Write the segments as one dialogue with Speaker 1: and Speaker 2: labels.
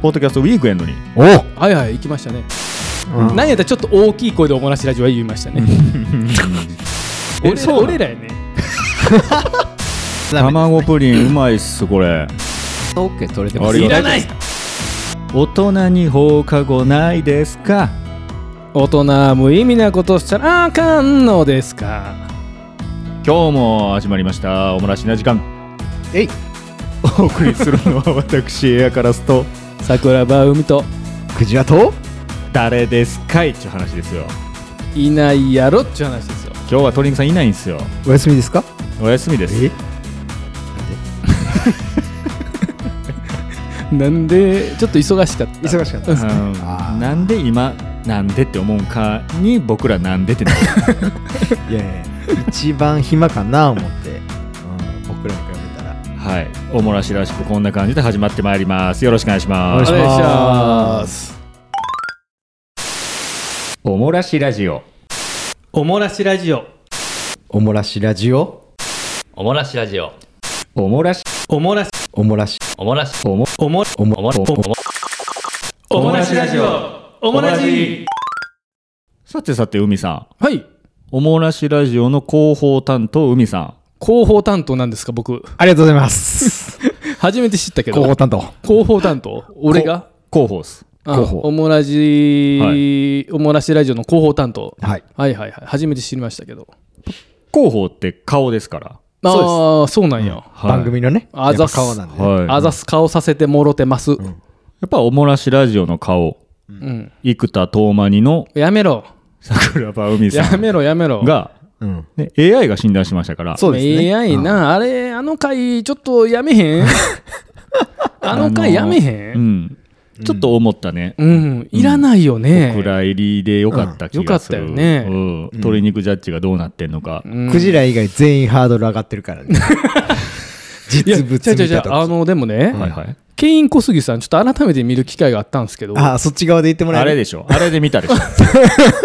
Speaker 1: ポッドキャストウィークエンドに
Speaker 2: お
Speaker 3: はいはい行きましたね、
Speaker 2: うん
Speaker 3: 何やったらちょっと大きい声でおもらしラジオは言いましたね、
Speaker 1: え
Speaker 3: 俺ら
Speaker 1: そうなの
Speaker 3: 俺らやね
Speaker 2: ダメ
Speaker 1: 卵プリンうまいっすこれ
Speaker 2: オッケー取れて
Speaker 1: あ
Speaker 2: ま
Speaker 1: り
Speaker 2: す
Speaker 1: がとう
Speaker 3: いらない
Speaker 1: 大人に放課後ないですか
Speaker 3: 大人無意味なことしたらあかんのですか
Speaker 1: 今日も始まりましたおもらしな時間
Speaker 2: えい
Speaker 1: お送りするのは私エアカラスと
Speaker 3: 桜庭海と
Speaker 2: クジラと
Speaker 1: 誰ですかいっちゅう話ですよ
Speaker 3: いないやろっちゅう話ですよ
Speaker 1: 今日は鳥肉さんいないんですよ
Speaker 2: お休みですか
Speaker 1: お休みです
Speaker 3: なんでちょっと忙しかった
Speaker 2: 忙しかった
Speaker 1: う
Speaker 2: です
Speaker 1: ん
Speaker 2: あー
Speaker 1: なんで今なんでって思うかに僕らなんでってなる
Speaker 2: いやいや一番暇かな思って、うん、僕らに比べたら
Speaker 1: はいおもらしらしくこんな感じで始まってまいりますよろしくお願いします
Speaker 3: お願いします
Speaker 1: おもらしラジオ
Speaker 3: おもらしラジオ
Speaker 2: おもらしラジオ
Speaker 4: おもらしラジオ。
Speaker 1: おもらし
Speaker 3: おもらし
Speaker 2: おもらし
Speaker 4: おもらし、
Speaker 1: おも
Speaker 3: おも
Speaker 2: おも
Speaker 4: おもらし、おも
Speaker 3: お
Speaker 4: もらしラジオ
Speaker 3: おもらし
Speaker 1: さてさて海さん
Speaker 3: はい
Speaker 1: おもらしラジオの広報担当海さん
Speaker 3: 広報担当なんですか僕
Speaker 2: ありがとうございます
Speaker 3: 初めて知ったけど
Speaker 2: 広報担当
Speaker 3: 広報担当俺が
Speaker 1: 広報っす
Speaker 3: あ
Speaker 1: 広報
Speaker 3: おもらし、
Speaker 1: は
Speaker 3: おもらしラジオの広報担当
Speaker 2: はい
Speaker 3: はいはいはい初めて知りましたけど
Speaker 1: 広報って顔ですから、
Speaker 3: あ
Speaker 2: そうです
Speaker 3: あーそうなんや、
Speaker 1: はい
Speaker 2: 番組のね
Speaker 3: あざっす
Speaker 2: やっぱ顔なんでね、
Speaker 1: はい、
Speaker 3: あざす顔させてもろてます、うん
Speaker 1: やっぱおもらしラジオの顔生田斗真にの
Speaker 3: やめろ
Speaker 1: 桜庭海さ
Speaker 3: や
Speaker 1: ん
Speaker 3: めろやめろ
Speaker 1: が、
Speaker 2: うん
Speaker 1: ね、AI が診断しましたから
Speaker 2: そうですね
Speaker 3: AI なあれあの回ちょっとやめへんあの回やめへ、
Speaker 1: うんん、ちょっと思ったね、
Speaker 3: うん、いらないよね、
Speaker 1: お蔵入りでよかった気がする、
Speaker 3: うんよかったよね
Speaker 1: うん鶏肉ジャッジがどうなってんのか、
Speaker 3: うん
Speaker 2: クジラ以外全員ハードル上がってるから ね
Speaker 3: いや
Speaker 2: 実物見
Speaker 3: 違う違う
Speaker 2: た
Speaker 3: 違うあ
Speaker 2: と
Speaker 3: のでもね、
Speaker 1: はいはい
Speaker 3: ケイン小杉さんちょっと改めて見る機会があったんですけど
Speaker 2: あそっち側で言ってもら
Speaker 1: あ
Speaker 2: える
Speaker 1: れでしょあれで見たでしょ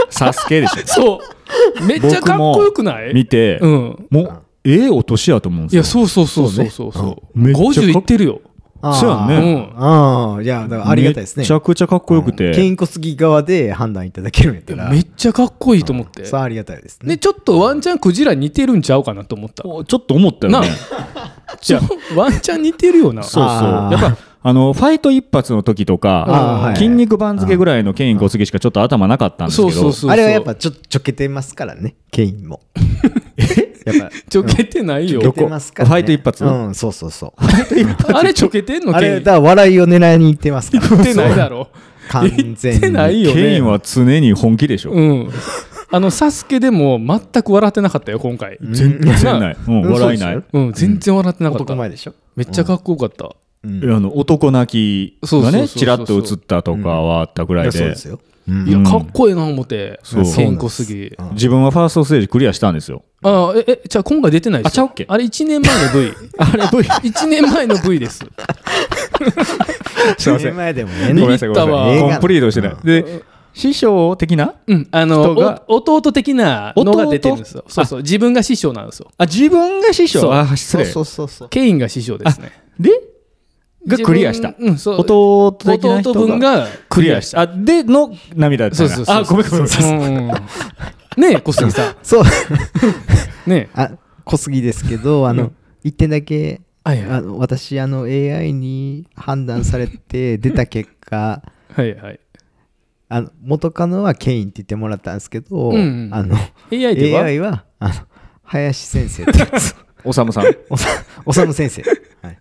Speaker 1: サスケでしょ
Speaker 3: そうめっちゃかっこよくない
Speaker 1: 見て、
Speaker 3: うん
Speaker 1: もうええお年やと思うんです
Speaker 3: い
Speaker 1: よ
Speaker 3: やそうそうそうそうそうそ
Speaker 1: う
Speaker 3: う
Speaker 1: んめっちゃかっ
Speaker 3: 50いってるよ、
Speaker 2: あー
Speaker 1: そうや
Speaker 3: う
Speaker 1: ね
Speaker 3: ん、
Speaker 2: ああいやだからありがたいですね
Speaker 1: めちゃくちゃかっこよくて、
Speaker 2: ケインコスギ側で判断いただけるんやったら
Speaker 3: めっちゃかっこいいと思って、
Speaker 2: さあありがたいですね
Speaker 3: でちょっとワンチャンクジラ似てるんちゃうかなと思った
Speaker 1: おちょっと思ったよね
Speaker 3: なちょワンチャン似てるよな
Speaker 1: そうそう
Speaker 2: あー
Speaker 1: やっぱあのファイト一発の時と
Speaker 2: あーは
Speaker 1: か
Speaker 2: い
Speaker 1: 筋肉番付ぐらいのケイン小杉しかちょっと頭なかったんですけ
Speaker 3: そ
Speaker 1: ど
Speaker 3: うそうそう
Speaker 2: あれはやっぱちょちょけてますからねケイン もやっぱ
Speaker 3: ちょけてない
Speaker 2: ちょ
Speaker 3: よ
Speaker 2: けてますから、ね、
Speaker 1: ファイト一発
Speaker 2: うんそうそう そう
Speaker 3: あれちょけてんの
Speaker 2: あ
Speaker 3: ケイ
Speaker 2: れ
Speaker 3: ン
Speaker 2: だから笑いを狙いに行ってますから
Speaker 3: 言ってないだろ
Speaker 2: 完全に
Speaker 3: 言ってないよね
Speaker 1: ケインは常に本気でしょ、
Speaker 3: うんあのサスケでも全く笑ってなかったよ今回
Speaker 1: 全然ない、うん
Speaker 2: うん
Speaker 1: 笑いない、
Speaker 2: そう
Speaker 1: い
Speaker 3: うん全然笑ってなかった
Speaker 2: 男前でしょ、
Speaker 3: めっちゃかっこよかった
Speaker 2: うん、
Speaker 1: やあの男泣き
Speaker 3: そうそ
Speaker 1: が
Speaker 3: うそう
Speaker 1: ね
Speaker 3: そう
Speaker 1: ちらっと映ったとかはあったぐらい
Speaker 2: い
Speaker 1: で
Speaker 2: やそうですよ、うん
Speaker 3: いやかっこいいな思って
Speaker 1: そう
Speaker 3: ケイン小杉
Speaker 2: うん
Speaker 1: 自分はファーストステージクリアしたんですよ
Speaker 3: ああええじゃあ今回出てないですよ
Speaker 1: あちゃうっけ
Speaker 3: あれ1年前 の V あれ V1 年前の V です
Speaker 1: すいません
Speaker 2: 一年前でもね
Speaker 1: ごめんなさいご
Speaker 3: ビビ
Speaker 1: めんな
Speaker 3: ったわ
Speaker 1: さいコンプリートしてない、
Speaker 2: うん
Speaker 1: で師匠的な
Speaker 3: うんあ
Speaker 1: 人
Speaker 3: の
Speaker 1: が
Speaker 3: お弟的なのが出てるんですよ
Speaker 1: 弟
Speaker 3: そうそう自分が師匠なんですよ
Speaker 1: あ自分が師匠
Speaker 3: そう
Speaker 1: あ失
Speaker 2: そう
Speaker 1: 礼
Speaker 2: そうそうそう
Speaker 3: ケインが師匠ですね
Speaker 1: でがクリアした
Speaker 3: 自分うんそう
Speaker 1: 弟的な人
Speaker 3: 弟分が
Speaker 1: クリアした。あでの涙だった
Speaker 3: そ
Speaker 1: よ
Speaker 3: う
Speaker 1: な
Speaker 3: そうそう
Speaker 1: あごめんごめんごめん
Speaker 3: うんねえ小杉さ
Speaker 2: そう
Speaker 3: んねえ
Speaker 2: あ小杉ですけどあの、一点だけ
Speaker 3: はい
Speaker 2: あ
Speaker 3: はい
Speaker 2: の私あの AI に判断されて出た結果
Speaker 3: はいはい
Speaker 2: あの元カノはケインって言ってもらったんですけど、
Speaker 3: うんうん
Speaker 2: あの
Speaker 3: AI では
Speaker 2: AI はあの林先 生ってやつ
Speaker 1: おさむさん
Speaker 2: おさおさむ先生、はい、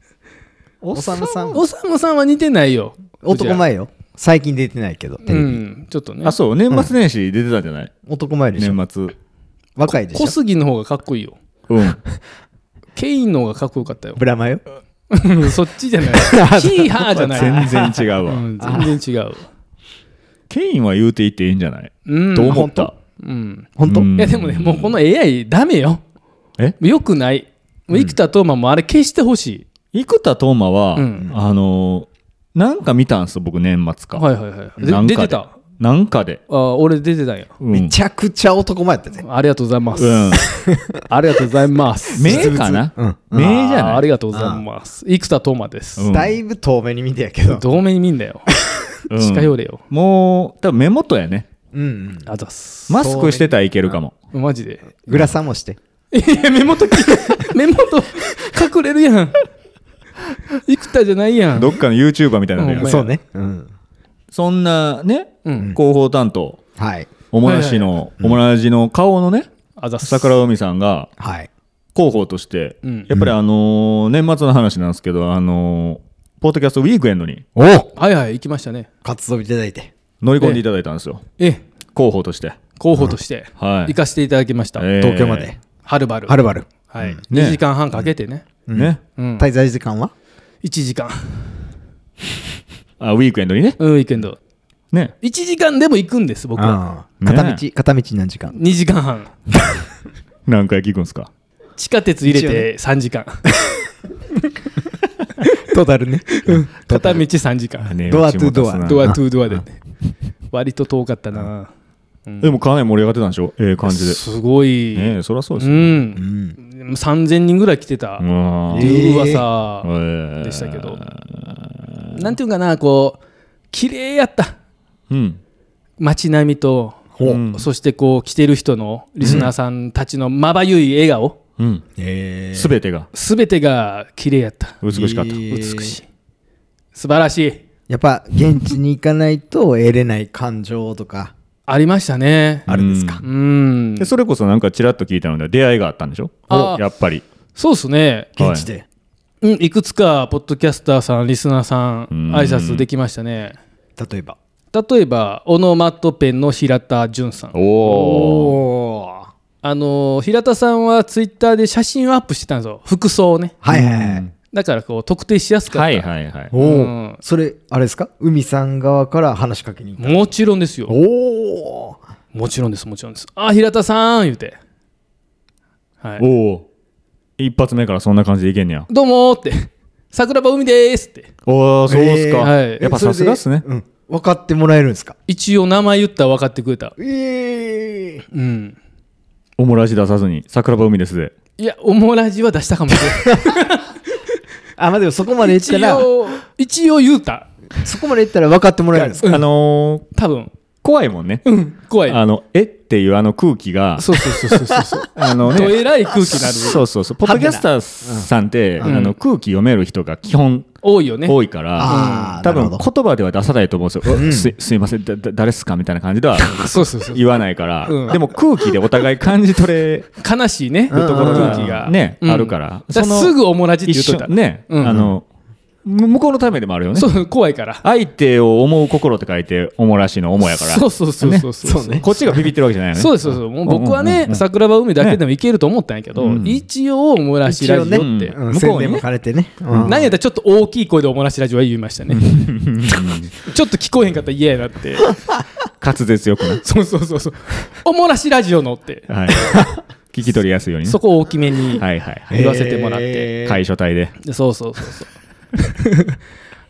Speaker 2: おさむさん
Speaker 3: おさむさんは似てないよ
Speaker 2: 男前よ最近出てないけどテレ
Speaker 3: う
Speaker 2: ビ、
Speaker 3: んちょっとね
Speaker 1: あそう年末年始出てたんじゃない
Speaker 2: 男前でしょ
Speaker 1: 年末
Speaker 2: 若いでし
Speaker 3: 小
Speaker 2: ょ
Speaker 3: 杉の方がかっこいいよ
Speaker 1: うん
Speaker 3: ケインの方がかっこよかったよ
Speaker 2: ブラマヨ
Speaker 3: そっちじゃない ヒーハーじゃない
Speaker 1: 全然違う
Speaker 3: う
Speaker 1: わ
Speaker 3: ん全然違う
Speaker 1: ケインは言うていっていいんじゃない
Speaker 3: うん
Speaker 1: と思った
Speaker 3: うん
Speaker 2: 本当、
Speaker 1: うん
Speaker 3: いやでもねもうこの AI ダメよ
Speaker 1: え
Speaker 3: よくないもう生田斗真もあれ消してほし
Speaker 1: 生田斗真は
Speaker 3: うん
Speaker 1: あのーなんか見たんすよ僕年末
Speaker 3: い
Speaker 1: か
Speaker 3: はいはいはいで
Speaker 1: なんか
Speaker 3: 出
Speaker 1: で
Speaker 3: てた
Speaker 1: なんかで、
Speaker 3: あ俺出てたんや
Speaker 1: うん、
Speaker 2: めちゃくちゃ男前やったね。
Speaker 3: ありがとうございます、
Speaker 1: うん
Speaker 3: ありがとうございます
Speaker 1: 目かな、
Speaker 2: うん
Speaker 1: 目じゃ
Speaker 3: あー
Speaker 1: な
Speaker 3: あ
Speaker 1: い
Speaker 3: りがとうございます生田斗真です、
Speaker 1: うん
Speaker 2: だいぶ遠目に見てやけど。
Speaker 3: どうめに見んだよ
Speaker 1: うん
Speaker 3: 近寄れよ
Speaker 1: もう多分目元やね
Speaker 2: うんうん。
Speaker 3: あざっす
Speaker 1: マスクしてたらいけるかも
Speaker 3: マジで
Speaker 2: グさんもして。
Speaker 3: いや目元き 目元隠れるやん生田じゃないやん
Speaker 1: どっかの YouTuber みたいなのや
Speaker 3: うん
Speaker 2: そうね。うん。
Speaker 1: そんなね、
Speaker 3: うん
Speaker 1: 広報担当
Speaker 2: はい。
Speaker 1: おもらしの、おもらじの顔のね
Speaker 3: あざっす
Speaker 1: 桜海さんが
Speaker 2: はい。
Speaker 1: 広報として、
Speaker 3: うん
Speaker 1: やっぱりあのー年末の話なんですけどあのーポッドキャストウィークエンドに
Speaker 2: お
Speaker 3: はいはい行きましたね
Speaker 2: 活動いただいて。
Speaker 1: 乗り込んでいただいたんですよ
Speaker 3: ええ
Speaker 1: 広報として
Speaker 3: 候補として
Speaker 1: はい
Speaker 3: 行かせていただきました、
Speaker 1: ええ
Speaker 2: 東京まで。
Speaker 3: はるばる
Speaker 2: はるばる。
Speaker 3: はい、
Speaker 1: ね
Speaker 3: 2時間半かけてね、
Speaker 1: ね
Speaker 3: うん
Speaker 2: 滞在時間は
Speaker 3: 1時間
Speaker 1: あウィークエンドにね
Speaker 3: うんウィークエンド
Speaker 1: ね
Speaker 3: 1時間でも行くんです僕は
Speaker 2: あ
Speaker 1: ね
Speaker 2: 片道、片道何時間
Speaker 3: 2時間半
Speaker 1: 何回聞くんですか
Speaker 3: 地下鉄入れ
Speaker 2: 一応
Speaker 3: て3時間、
Speaker 2: トータルね。
Speaker 3: 片道3時間
Speaker 1: ね
Speaker 2: ドアトゥドア
Speaker 1: うちも出すな
Speaker 3: ドアトゥードアでね割と遠かったな
Speaker 1: でもかなり盛り上がってたんでしょええ感じです
Speaker 3: ごい、
Speaker 1: ねえそりゃそうで
Speaker 3: う
Speaker 1: すよ
Speaker 3: ん
Speaker 2: うん。
Speaker 3: 3000人ぐらい来てた
Speaker 1: うわ
Speaker 3: っ
Speaker 1: ー
Speaker 3: ていう噂
Speaker 1: ええ
Speaker 3: でしたけど、なんていうんかなこう綺麗やった
Speaker 1: うん
Speaker 3: 街並みと、
Speaker 1: うん
Speaker 3: そしてこう来てる人のリスナーさんたちのまばゆい笑顔、
Speaker 1: うん
Speaker 2: え
Speaker 1: すべてが
Speaker 3: すべてが綺麗やった
Speaker 1: 美しかった
Speaker 2: いい
Speaker 3: 美しい素晴らしい
Speaker 2: やっぱ、現地に行かないと得れない感情とか、
Speaker 3: ありましたね
Speaker 2: あるんですか
Speaker 1: う
Speaker 3: うん
Speaker 1: でそれこそなんかちらっと聞いたので出会いがあったんでしょ
Speaker 3: あー
Speaker 1: やっぱり
Speaker 3: そうですね、
Speaker 1: はい
Speaker 2: 現地で。
Speaker 3: うん、いくつかポッドキャスターさんリスナーさん
Speaker 1: うん
Speaker 3: 挨拶できましたね
Speaker 2: 例えば。
Speaker 3: 例えばオノマトペの平田純さん
Speaker 1: おお
Speaker 2: おー。
Speaker 3: あのー平田さんはツイッターで写真をアップしてたんですよ服装をね
Speaker 2: はいはいはい。
Speaker 3: だからこう特定しやすかった、
Speaker 1: はいはいはい
Speaker 2: お
Speaker 3: う
Speaker 2: お
Speaker 3: ん。
Speaker 2: それ、あれですか海さん側から話しかけに行った。
Speaker 3: もちろんですよ
Speaker 2: おお。
Speaker 3: もちろんですもちろんですあ平田さん言うて、はい、
Speaker 1: おお一発目からそんな感じでいけんねや
Speaker 3: どうもーって 桜庭海でーすって
Speaker 1: おおそうっすか
Speaker 3: えーはい
Speaker 1: やっぱさすがっすね
Speaker 2: それでうん分かってもらえるんですか
Speaker 3: 一応名前言ったら分かってくれた
Speaker 2: ええ
Speaker 3: うん
Speaker 1: おもらし出さずに桜庭海ですで
Speaker 3: いやオモラジは出したかもし れない
Speaker 2: あまあでもそこまで言っ
Speaker 3: 一
Speaker 2: たら
Speaker 3: 応一応言うた
Speaker 2: そこまで言ったら分かってもらえるんですか
Speaker 1: あのー
Speaker 3: 多分
Speaker 1: 怖いもんね
Speaker 3: 怖い
Speaker 1: あのえっていうあの空気が
Speaker 3: そうそうそうそうそう
Speaker 1: あの
Speaker 3: ど
Speaker 1: ね
Speaker 3: えらい空気になる
Speaker 1: そうそうそうポッドキャスターさんってあ
Speaker 3: ん
Speaker 1: の空気読める人が基本
Speaker 3: 多いよね
Speaker 1: 多いから
Speaker 2: ああ
Speaker 1: 多
Speaker 2: なる
Speaker 1: 分
Speaker 2: ほど
Speaker 1: 言葉では出さないと思うんですよおすすいませんだだ誰っすかみたいな感じでは
Speaker 3: そうそうそう
Speaker 1: 言わないから
Speaker 3: うん
Speaker 1: でも空気でお互い感じ取れる
Speaker 3: 悲しいね
Speaker 1: ところ
Speaker 3: 空気が
Speaker 1: がね
Speaker 3: うん
Speaker 1: あるからそ
Speaker 3: だから
Speaker 1: の
Speaker 3: すぐオモラジって言
Speaker 1: 一
Speaker 3: うとい
Speaker 1: 緒
Speaker 3: たら
Speaker 1: ね
Speaker 3: うん
Speaker 1: あのむ向こうのためでもあるよね
Speaker 3: そう怖いから
Speaker 1: 相手を思う心って書いておもらしのおもやから
Speaker 3: そうそうそうそうそう
Speaker 1: こっちがビビってるわけじゃないよね
Speaker 3: そうですそうですもう僕は
Speaker 1: うんうん
Speaker 3: ね
Speaker 1: うん
Speaker 3: 桜庭海だけでも行けると思ったんやけど
Speaker 1: うん
Speaker 3: 一応オムラシラジオ
Speaker 1: 一応
Speaker 3: っ
Speaker 1: ね
Speaker 3: て
Speaker 1: うん向
Speaker 2: 向
Speaker 1: こ
Speaker 2: こ
Speaker 1: う
Speaker 2: う
Speaker 1: にね
Speaker 2: にもかれてねうん
Speaker 3: 何やったらちょっと大きい声でオムラシラジオは言いましたねちょっと聞こえへんかったら嫌やなって
Speaker 1: 滑舌よくね
Speaker 3: そうそうそうそうオムラシラジオのって
Speaker 1: はい聞き取りやすいようにね
Speaker 3: そこを大きめに
Speaker 1: はいはいは
Speaker 3: 言
Speaker 1: い
Speaker 3: わせてもらって
Speaker 2: えー
Speaker 1: 会所体で
Speaker 3: でそうそうそうそう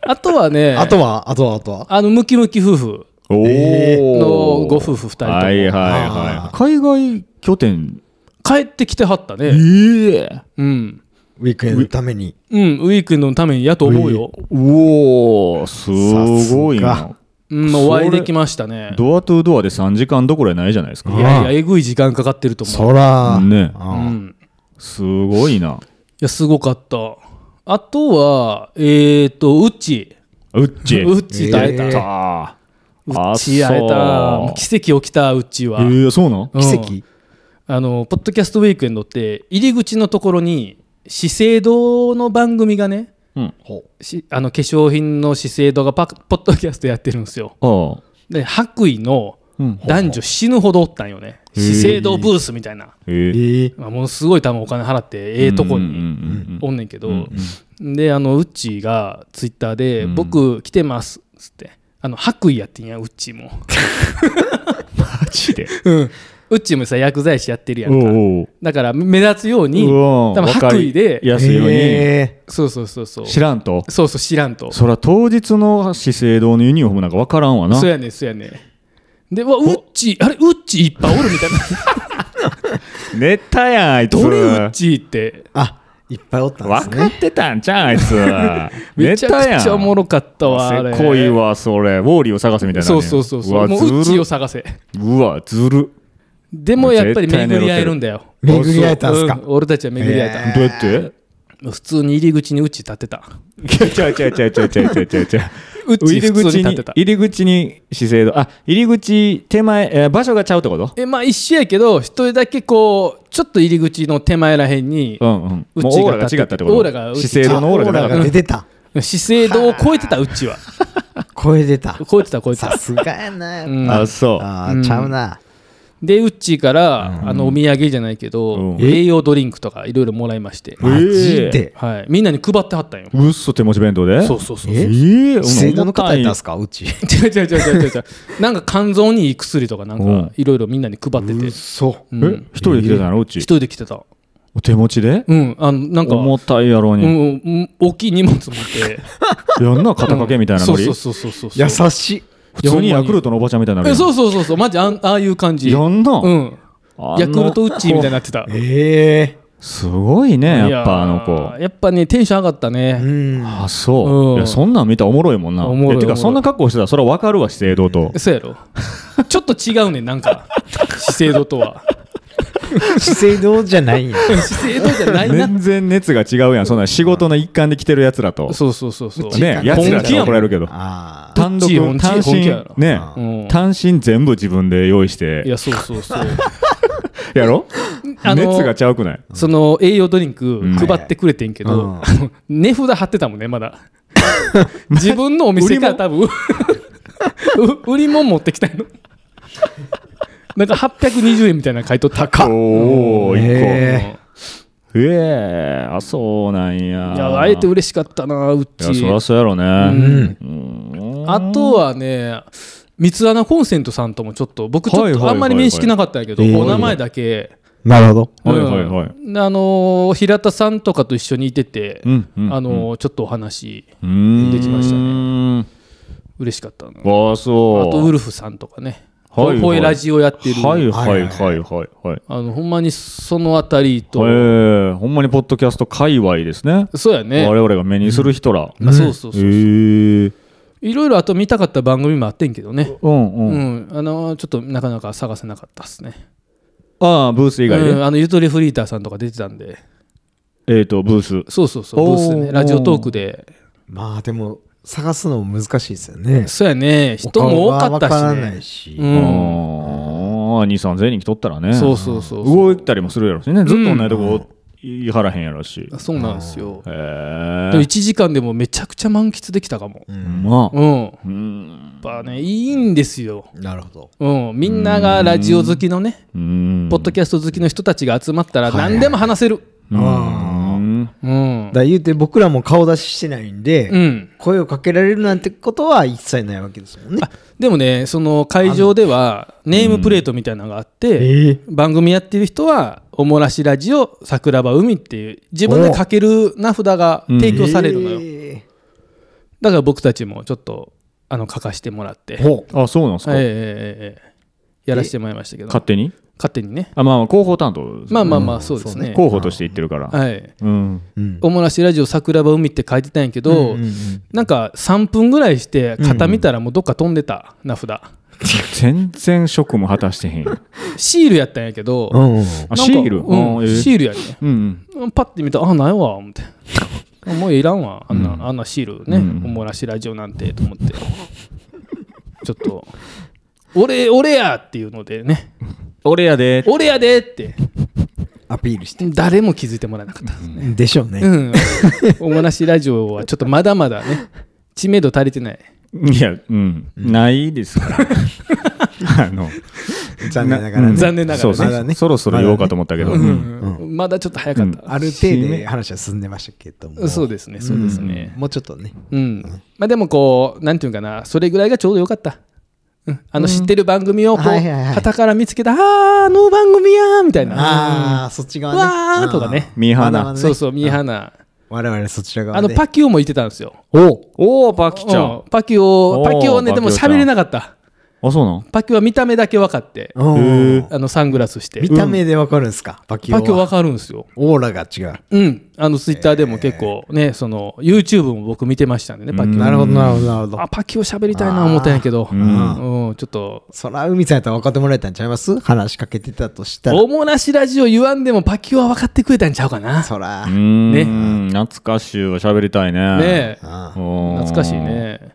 Speaker 3: あとはね
Speaker 2: あとはあとはあとは
Speaker 3: あのムキムキ夫婦
Speaker 1: おー
Speaker 3: のご夫婦二人とも
Speaker 1: はいはいは
Speaker 2: あ
Speaker 1: い海外拠点
Speaker 3: 帰ってきてはったね
Speaker 1: ええ
Speaker 3: うん
Speaker 2: ウィークエンドのために
Speaker 3: うんウィークエンドのためにやと思うよ
Speaker 1: おおすごいな
Speaker 3: うんお会いできましたね
Speaker 1: ドアトゥドアで3時間どころやないじゃないですか
Speaker 3: いやいやえぐい時間かかってると思う
Speaker 2: そら
Speaker 1: ね
Speaker 3: う
Speaker 2: あ
Speaker 3: ん
Speaker 1: すごいない
Speaker 3: や、すごかった。あとは、えっ、と、うっち。
Speaker 1: うっち
Speaker 3: うっちと会えた。
Speaker 2: えー
Speaker 1: あ
Speaker 3: うっち会えた。奇跡起きた、うっちは。
Speaker 1: えー、そうなん
Speaker 3: う
Speaker 2: あ
Speaker 3: ん
Speaker 2: 奇跡
Speaker 3: あの、ポッドキャストウィークエンドって、入り口のところに、資生堂の番組がね、
Speaker 1: うん
Speaker 3: しあの化粧品の資生堂がパポッドキャストやってるんですよ。
Speaker 1: ああ
Speaker 3: で、白衣の
Speaker 1: うん
Speaker 3: 男女死ぬほどおったんよね。
Speaker 1: へー
Speaker 3: 資生堂ブースみたいな。
Speaker 1: え
Speaker 2: え
Speaker 1: ー
Speaker 2: ー
Speaker 3: まあものすごい多分お金払って、ええとこ
Speaker 1: うんうん
Speaker 3: に
Speaker 1: うん
Speaker 3: おんねんけど、
Speaker 1: うん
Speaker 3: であのうっちーがツイッターで
Speaker 1: う
Speaker 3: 「
Speaker 1: ん
Speaker 3: 僕来てます」っつってあの白衣やってんやうっちーも
Speaker 1: マジで
Speaker 3: うっちーもさ薬剤師やってるや
Speaker 1: お
Speaker 3: ん
Speaker 1: う
Speaker 3: か
Speaker 1: おう
Speaker 3: だから目立つように
Speaker 1: う
Speaker 3: 多
Speaker 1: わ
Speaker 3: 分白衣
Speaker 1: わかり
Speaker 3: で
Speaker 1: やすいように
Speaker 2: え
Speaker 3: そうそうそうそう
Speaker 1: 知らんと
Speaker 3: そうそう知らんとそ
Speaker 1: そら当日の資生堂のユニフォームなんかわからんわな
Speaker 3: うやねんそうやねんで、うわ、ウッチー、あれ、ウッチーいっぱいおる みたいな。
Speaker 1: 寝たやんあいつ
Speaker 3: どれウッチーって。
Speaker 2: あいっぱいおったんです
Speaker 1: 分かっ
Speaker 2: ね
Speaker 1: てたんちゃうんあい つ
Speaker 3: め
Speaker 1: 寝
Speaker 3: ちゃ
Speaker 1: たやん
Speaker 3: くちゃおもろかったわ、あれ。
Speaker 1: せこいわそれウォーリーを探せみたいなね
Speaker 3: そうそうそうそう。もうウッ
Speaker 1: わ
Speaker 3: チ
Speaker 1: ず
Speaker 3: ー
Speaker 1: る
Speaker 3: を探せ。
Speaker 1: うわずる
Speaker 3: でもやっぱり巡り合えるんだよ。
Speaker 2: 巡り合えたんすか
Speaker 3: う俺たちは巡り合え
Speaker 1: どうやって
Speaker 3: た。普通に入り口にウッチー立ってた。
Speaker 1: ちゃちゃちゃちゃちゃちゃちゃ ちゃ
Speaker 3: ウッチ
Speaker 1: 入
Speaker 3: ー
Speaker 1: り
Speaker 3: 普通
Speaker 1: 口
Speaker 3: に立っ
Speaker 1: に
Speaker 3: てた。
Speaker 1: 入り口に資生堂あ入り口手前、えー場所がちゃうってこと
Speaker 3: えまあ一緒やけど一人だけこうちょっと入り口の手前らへんに
Speaker 1: うんうん
Speaker 3: うちが
Speaker 1: もうオーラが違ったってこと
Speaker 3: オーラが
Speaker 1: 資生堂のオーラじゃな
Speaker 2: が
Speaker 1: かっ
Speaker 2: 出てた
Speaker 3: 資生堂を超えてたうちは
Speaker 2: 声出 た
Speaker 3: 超えてた超えて
Speaker 2: さ
Speaker 3: た
Speaker 2: すがやなやっぱ
Speaker 3: うん
Speaker 1: たあそう
Speaker 2: あ
Speaker 3: うん
Speaker 2: ーちゃうな
Speaker 3: でうっちーから、あのお土産じゃないけど、
Speaker 1: うん
Speaker 3: 栄養ドリンクとかいろいろもらいまして、
Speaker 2: マジで
Speaker 3: はい、みんなに配ってはったんよ
Speaker 1: うっそ手持ち弁当で
Speaker 3: そうそうそう
Speaker 1: え
Speaker 2: え
Speaker 1: え
Speaker 2: 資生堂の方やったん
Speaker 1: か
Speaker 2: すかうち
Speaker 3: 違う違う違う違う違う なんか肝臓にいい薬とかなん
Speaker 1: う
Speaker 3: か
Speaker 1: ん
Speaker 3: いろいろみんなに配ってて、
Speaker 2: そ
Speaker 1: え
Speaker 2: う
Speaker 3: ん、
Speaker 1: 一人で来てたのうち
Speaker 3: 一人で来てた
Speaker 1: お手持ちで
Speaker 3: うんあのなんか
Speaker 1: 重たいやろう
Speaker 3: う
Speaker 1: に
Speaker 3: んうん、大きい荷物持って
Speaker 1: やんな 肩掛けみたいな
Speaker 3: そ
Speaker 1: ノ
Speaker 3: う
Speaker 1: リ
Speaker 3: そう
Speaker 1: 普
Speaker 3: そうそうそう
Speaker 2: 優しい
Speaker 1: 通にヤクルトのおばちゃんみたいになる
Speaker 3: え
Speaker 1: やん
Speaker 3: そうそうそうそうマジあんああいう感じ
Speaker 1: やんな
Speaker 3: うん
Speaker 1: あの
Speaker 3: ヤクルトウッチーみたいになってた
Speaker 2: ええ
Speaker 1: すごいねやっぱあの
Speaker 3: いや
Speaker 1: 子
Speaker 3: ーやっぱねテンション上がった
Speaker 2: う
Speaker 3: ね
Speaker 2: ん
Speaker 1: あそう、
Speaker 3: うん
Speaker 1: いやそんなん見たらおもろいもんな
Speaker 3: おもろい
Speaker 1: やて
Speaker 3: おもろい
Speaker 1: かそんな格好してたらそれは分かるわ資生堂と
Speaker 3: そうやろちょっと違うねんなん か資生堂とは
Speaker 2: 資生堂じゃないん や
Speaker 3: 資生堂じゃないな
Speaker 1: 全然熱が違うやんそんなん仕事の一環で来てるやつらと
Speaker 3: そうそうそうそう
Speaker 1: ねやつら
Speaker 3: 本
Speaker 1: っ
Speaker 3: 気
Speaker 1: て
Speaker 3: や
Speaker 1: 怒
Speaker 3: も
Speaker 1: られる
Speaker 3: ん
Speaker 1: けど
Speaker 2: あ
Speaker 1: 単独
Speaker 3: うち本気
Speaker 1: 単
Speaker 3: 本気や
Speaker 1: 身
Speaker 3: ろ
Speaker 1: ね
Speaker 3: うん
Speaker 1: 単身全部自分で用意し
Speaker 3: い
Speaker 1: て
Speaker 3: やそうそうそう
Speaker 1: やろ
Speaker 3: あの
Speaker 1: 熱がちゃうくない
Speaker 3: その栄養ドリンク
Speaker 1: うん
Speaker 3: 配ってくれてんけ
Speaker 2: うん
Speaker 3: どあの値札貼ってたもんねま だ自分のお店から多分 う売り物持ってきたのなんか820円みたいなの書いとったか
Speaker 1: おお一個
Speaker 2: へ
Speaker 1: え
Speaker 2: え
Speaker 1: えあそうなんや
Speaker 3: いやあえて嬉しかったなうっ
Speaker 1: い
Speaker 3: ち
Speaker 1: やそりゃそうやろねうん
Speaker 3: あとはね三つ穴コンセントさんともちょっと僕ちょ
Speaker 1: は
Speaker 3: っ
Speaker 1: いはい
Speaker 3: と
Speaker 1: はい
Speaker 3: あんまり面識なかったんやけど、
Speaker 2: ええ
Speaker 3: お名前だけ、
Speaker 2: なるほど
Speaker 1: はい
Speaker 3: うん
Speaker 1: はいはい
Speaker 3: であのー平田さんとかと一緒にいてて、
Speaker 1: うんうん
Speaker 3: あのーちょっとお話
Speaker 1: うん
Speaker 3: できましたね
Speaker 1: ね
Speaker 3: 嬉しかったなあ
Speaker 1: ああそう
Speaker 3: とウルフさんとかね
Speaker 1: はいはい
Speaker 3: 声ラジオやってる、
Speaker 1: はいはいはいはいはい。
Speaker 3: あのほんまにそのあたりと、
Speaker 1: ええ、ほんまにポッドキャスト界隈ですね。
Speaker 3: そうやね
Speaker 1: 我々が目にする人ら。
Speaker 3: あそうそう
Speaker 1: え
Speaker 3: そう、
Speaker 1: え。
Speaker 3: いろいろあと見たかった番組もあってんけどね
Speaker 1: うん
Speaker 3: う
Speaker 1: うん。
Speaker 3: ん、あのーちょっとなかなか探せなかったっすね
Speaker 1: ああ、ブース以外
Speaker 3: うん
Speaker 1: で。
Speaker 3: あのゆとりフリーターさんとか出てたんで
Speaker 1: えっと、ブース。
Speaker 3: そうそうそう、ブースで
Speaker 1: お
Speaker 3: ね、
Speaker 1: ー
Speaker 3: ラジオトークで。
Speaker 2: まあでも探すのも難しいですよね
Speaker 3: そうやね、人も多かった
Speaker 2: お顔がわから
Speaker 3: し
Speaker 2: な
Speaker 3: ね
Speaker 2: い。し
Speaker 1: あ
Speaker 3: う
Speaker 1: あ、
Speaker 3: ん
Speaker 1: 2、3000人来とったらね。
Speaker 3: そうそうそうそう。
Speaker 1: 動いたりもするやろしね。ずっと同じとこいはらへんやろし。
Speaker 3: そうなんですよ。
Speaker 1: へ
Speaker 3: でも1
Speaker 1: え。
Speaker 3: 時間でもめちゃくちゃ満喫できたかも。
Speaker 1: まあ。
Speaker 3: うん。や
Speaker 1: うん。
Speaker 3: っぱね、いいんですよ。
Speaker 2: なるほど
Speaker 3: うん。みんながラジオ好きのね、
Speaker 1: うん
Speaker 3: ポッドキャスト好きの人たちが集まったら何でも話せる。
Speaker 1: うん
Speaker 3: うん
Speaker 2: だ。から言うて僕らも顔出ししてないんで、
Speaker 3: うん。
Speaker 2: 声をかけられるなんてことは一切ないわけですもんね
Speaker 3: あでもね、その会場ではネームプレートみたいなのがあって、
Speaker 2: ええ
Speaker 3: 番組やってる人は、おもらしラジオ桜庭海っていう、自分で書ける名札が提供されるのよ。
Speaker 2: え
Speaker 3: だから僕たちもちょっとあの書かしてもらって、ええ
Speaker 1: ほうあ、そうなんですか
Speaker 3: ええ。ええやらせてもらいましたけど
Speaker 1: 勝手に
Speaker 3: 勝手にね
Speaker 1: あ、まあまあ、広報担当ですね。
Speaker 3: まあまあまあそうですね,、
Speaker 1: 候補として言ってるから。
Speaker 3: はい
Speaker 1: うん。
Speaker 2: うん
Speaker 3: おもらしラジオ桜庭海って書いてたんやけど、
Speaker 2: うんうん
Speaker 3: なんか3分ぐらいして型見たらもうどっか飛んでた名札、
Speaker 1: 全然職務果たしてへんやん。
Speaker 3: シールやったんやけど、
Speaker 2: う
Speaker 3: なんか
Speaker 2: んうん
Speaker 1: あ、シール
Speaker 3: うんシールやね
Speaker 1: ール。うん。
Speaker 3: パッて見たらあないわ 思ってあもういらんわあんな,、
Speaker 1: うん
Speaker 3: あんなシールね、
Speaker 1: うん
Speaker 3: おもらしラジオなんてと思ってちょっと俺俺やっていうのでね
Speaker 1: 俺やで。
Speaker 3: 俺やでって
Speaker 2: アピールして
Speaker 3: 誰も気づいてもらえなかったですね。
Speaker 2: でしょうね、
Speaker 3: うん。おもなしラジオはちょっとまだまだね、知名度足りてない。
Speaker 1: いや、うん。ないです から。あの、
Speaker 2: 残念ながら
Speaker 1: うん
Speaker 2: ね
Speaker 3: 残念ながら
Speaker 1: そ
Speaker 3: ね
Speaker 1: うそう
Speaker 2: まだね
Speaker 1: そろそろ言おうかと思ったけど。うん
Speaker 3: うんまだちょっと早かった。
Speaker 2: ある程度話は進んでましたけども
Speaker 3: そうですね、そうですね。
Speaker 2: もうちょっとね
Speaker 3: うん。まあでもこう、なんていうんかな、それぐらいがちょうどよかった。うんあの知ってる番組をこう、
Speaker 2: はいはいはい
Speaker 3: 旗から見つけた、あー、あの番組やーみたいな。
Speaker 2: ああそっち側
Speaker 3: う
Speaker 2: ね
Speaker 3: わ
Speaker 2: あ
Speaker 3: ーとかね
Speaker 1: ミーハーな
Speaker 2: まだまだね
Speaker 3: そうそう、ミーハーな。
Speaker 2: 我々そちら側
Speaker 3: あ
Speaker 2: で
Speaker 3: の、パキオも言ってたんですよ。
Speaker 1: おおパキちゃ
Speaker 3: うん
Speaker 1: ん。
Speaker 3: パキオ、
Speaker 1: おー
Speaker 3: パキオね、でも
Speaker 1: パキオちゃん
Speaker 3: 喋れなかった。
Speaker 1: あ、そうなん
Speaker 3: パキオは見た目だけ分かって、
Speaker 2: うん
Speaker 1: へー
Speaker 3: あのサングラスして、
Speaker 2: 見た目でわかるんですかパキオ
Speaker 3: パキオ分
Speaker 2: は。
Speaker 3: かるんですよ。
Speaker 2: オーラが違う。
Speaker 3: うん、あのツイッターでも結構ね、その YouTube も僕見てましたんでね、パキオ。
Speaker 2: なるほど、なるほど、なるほど
Speaker 3: あ。パキオ喋りたいな思ったんやけど、うんんちょっと。
Speaker 2: そら、海さんやったら分かってもらえたんちゃいます話しかけてたとしたら。
Speaker 3: おもなしラジオ言わんでもパキオは分かってくれたんちゃうかな。
Speaker 2: そら
Speaker 1: う。ーん、懐かしいわ喋りたいね。
Speaker 3: ねえ
Speaker 2: あ
Speaker 1: 懐
Speaker 3: 懐かしい。ね。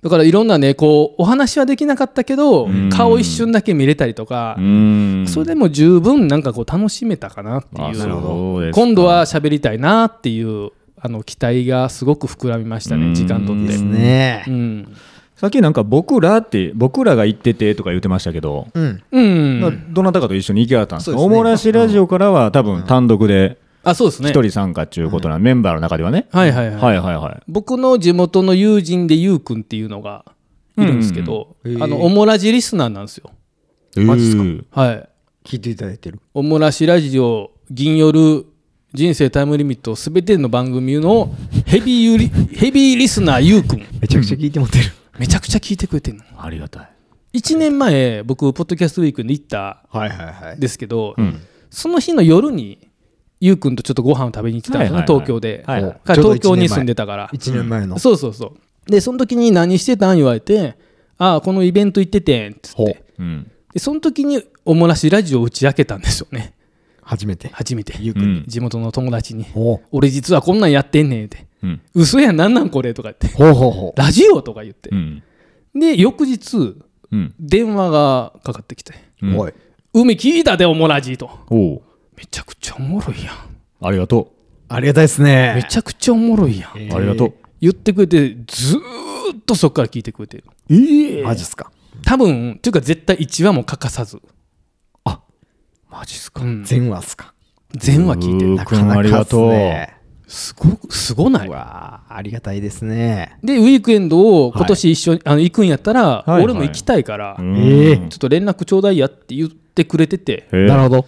Speaker 3: だからいろんなねこうお話はできなかったけど
Speaker 1: ん
Speaker 3: 顔一瞬だけ見れたりとか
Speaker 1: う、ーん。
Speaker 3: それでも十分なんかこう楽しめたかなって
Speaker 1: あ
Speaker 3: いう
Speaker 1: そうですか
Speaker 3: 今度は喋りたいなっていうあの期待がすごく膨らみました
Speaker 1: う
Speaker 3: ね
Speaker 1: ん
Speaker 3: 時間とっ
Speaker 2: で
Speaker 3: て
Speaker 2: すね
Speaker 3: う。ん
Speaker 1: さっきなんか僕らって、僕らが行っててとか言ってましたけど、
Speaker 2: うん。
Speaker 3: うん、
Speaker 1: まあどなたかと一緒に行きはったんですか
Speaker 2: そうです
Speaker 1: お
Speaker 2: ね
Speaker 1: もらしラジオからは多分単独で
Speaker 3: あそうです
Speaker 1: 一
Speaker 3: ね
Speaker 1: 人参加っていうことな、メンバーの中ではね。
Speaker 3: はいはいはい、
Speaker 1: はいはいはい。
Speaker 3: 僕の地元の友人でゆうくんっていうのがいるんですけど、
Speaker 2: うんうん
Speaker 3: あのオモラジリスナーなんですよ
Speaker 1: マジですか
Speaker 3: はい
Speaker 2: 聞いていただいてる。
Speaker 3: オモラシラジオ銀夜人生タイムリミットすべての番組のヘビーユリヘビーリスナーゆうくん
Speaker 2: めちゃくちゃ聞いてもってる。
Speaker 3: めちゃくちゃ聞いてくれてるの
Speaker 1: ありがたい。
Speaker 3: 1年前僕ポッドキャストウィークに行った
Speaker 2: はいはいは
Speaker 3: ん。ですけど、
Speaker 1: うん。
Speaker 3: その日の夜にゆうくんとちょっとご飯を食べに来たんですよね、
Speaker 1: はいはいはい
Speaker 3: 東京で、
Speaker 1: はいはい
Speaker 3: 彼東京に住んでたから
Speaker 2: 1年前の。
Speaker 3: そうそうそうでその時に何してたん言われてああこのイベント行っててんっつっ
Speaker 2: ほう
Speaker 3: て
Speaker 1: うん。
Speaker 3: でその時におもらしラジオを打ち明けたんですよね
Speaker 2: 初めて。
Speaker 3: 初めて
Speaker 2: ゆう
Speaker 1: う
Speaker 2: くん。
Speaker 1: ん。
Speaker 3: 地元の友達に
Speaker 2: ほう。
Speaker 3: 「俺実はこんなんやってんねん」って
Speaker 1: うん。
Speaker 3: 「嘘やんなんなんこれ」とか言って
Speaker 2: ほうほうほ
Speaker 3: 「ラジオ」とか言って
Speaker 1: うん。
Speaker 3: で翌日
Speaker 1: うん。
Speaker 3: 電話がかかってきて
Speaker 1: うん
Speaker 2: う。おい。
Speaker 3: 「海聞いたでおもらじ」と
Speaker 1: おう
Speaker 3: 「めちゃくちゃおもろいやん
Speaker 1: ありがと
Speaker 2: ありがたいですね。
Speaker 3: めちゃくちゃおもろいやん」
Speaker 1: う。ありがとう。
Speaker 3: 言ってくれてずーっとそっから聞いてくれてる
Speaker 1: ええ
Speaker 2: マジっすか。
Speaker 3: 多分っていうか絶対1話も欠かさず
Speaker 1: マジっすか。
Speaker 3: うん
Speaker 2: 全話っすか。
Speaker 3: 全話聞いてる
Speaker 1: うーくんありがとう
Speaker 2: なかなかっすね
Speaker 3: すごくすごないう
Speaker 2: わあありがたいですね。
Speaker 3: でウィークエンドを今年一緒に、あの行くんやったら、
Speaker 1: いはい
Speaker 3: 俺も行きたいから、
Speaker 1: うん
Speaker 2: ええ
Speaker 3: ちょっと連絡ちょうだいやって言ってくれてて
Speaker 1: へえ
Speaker 2: なるほど。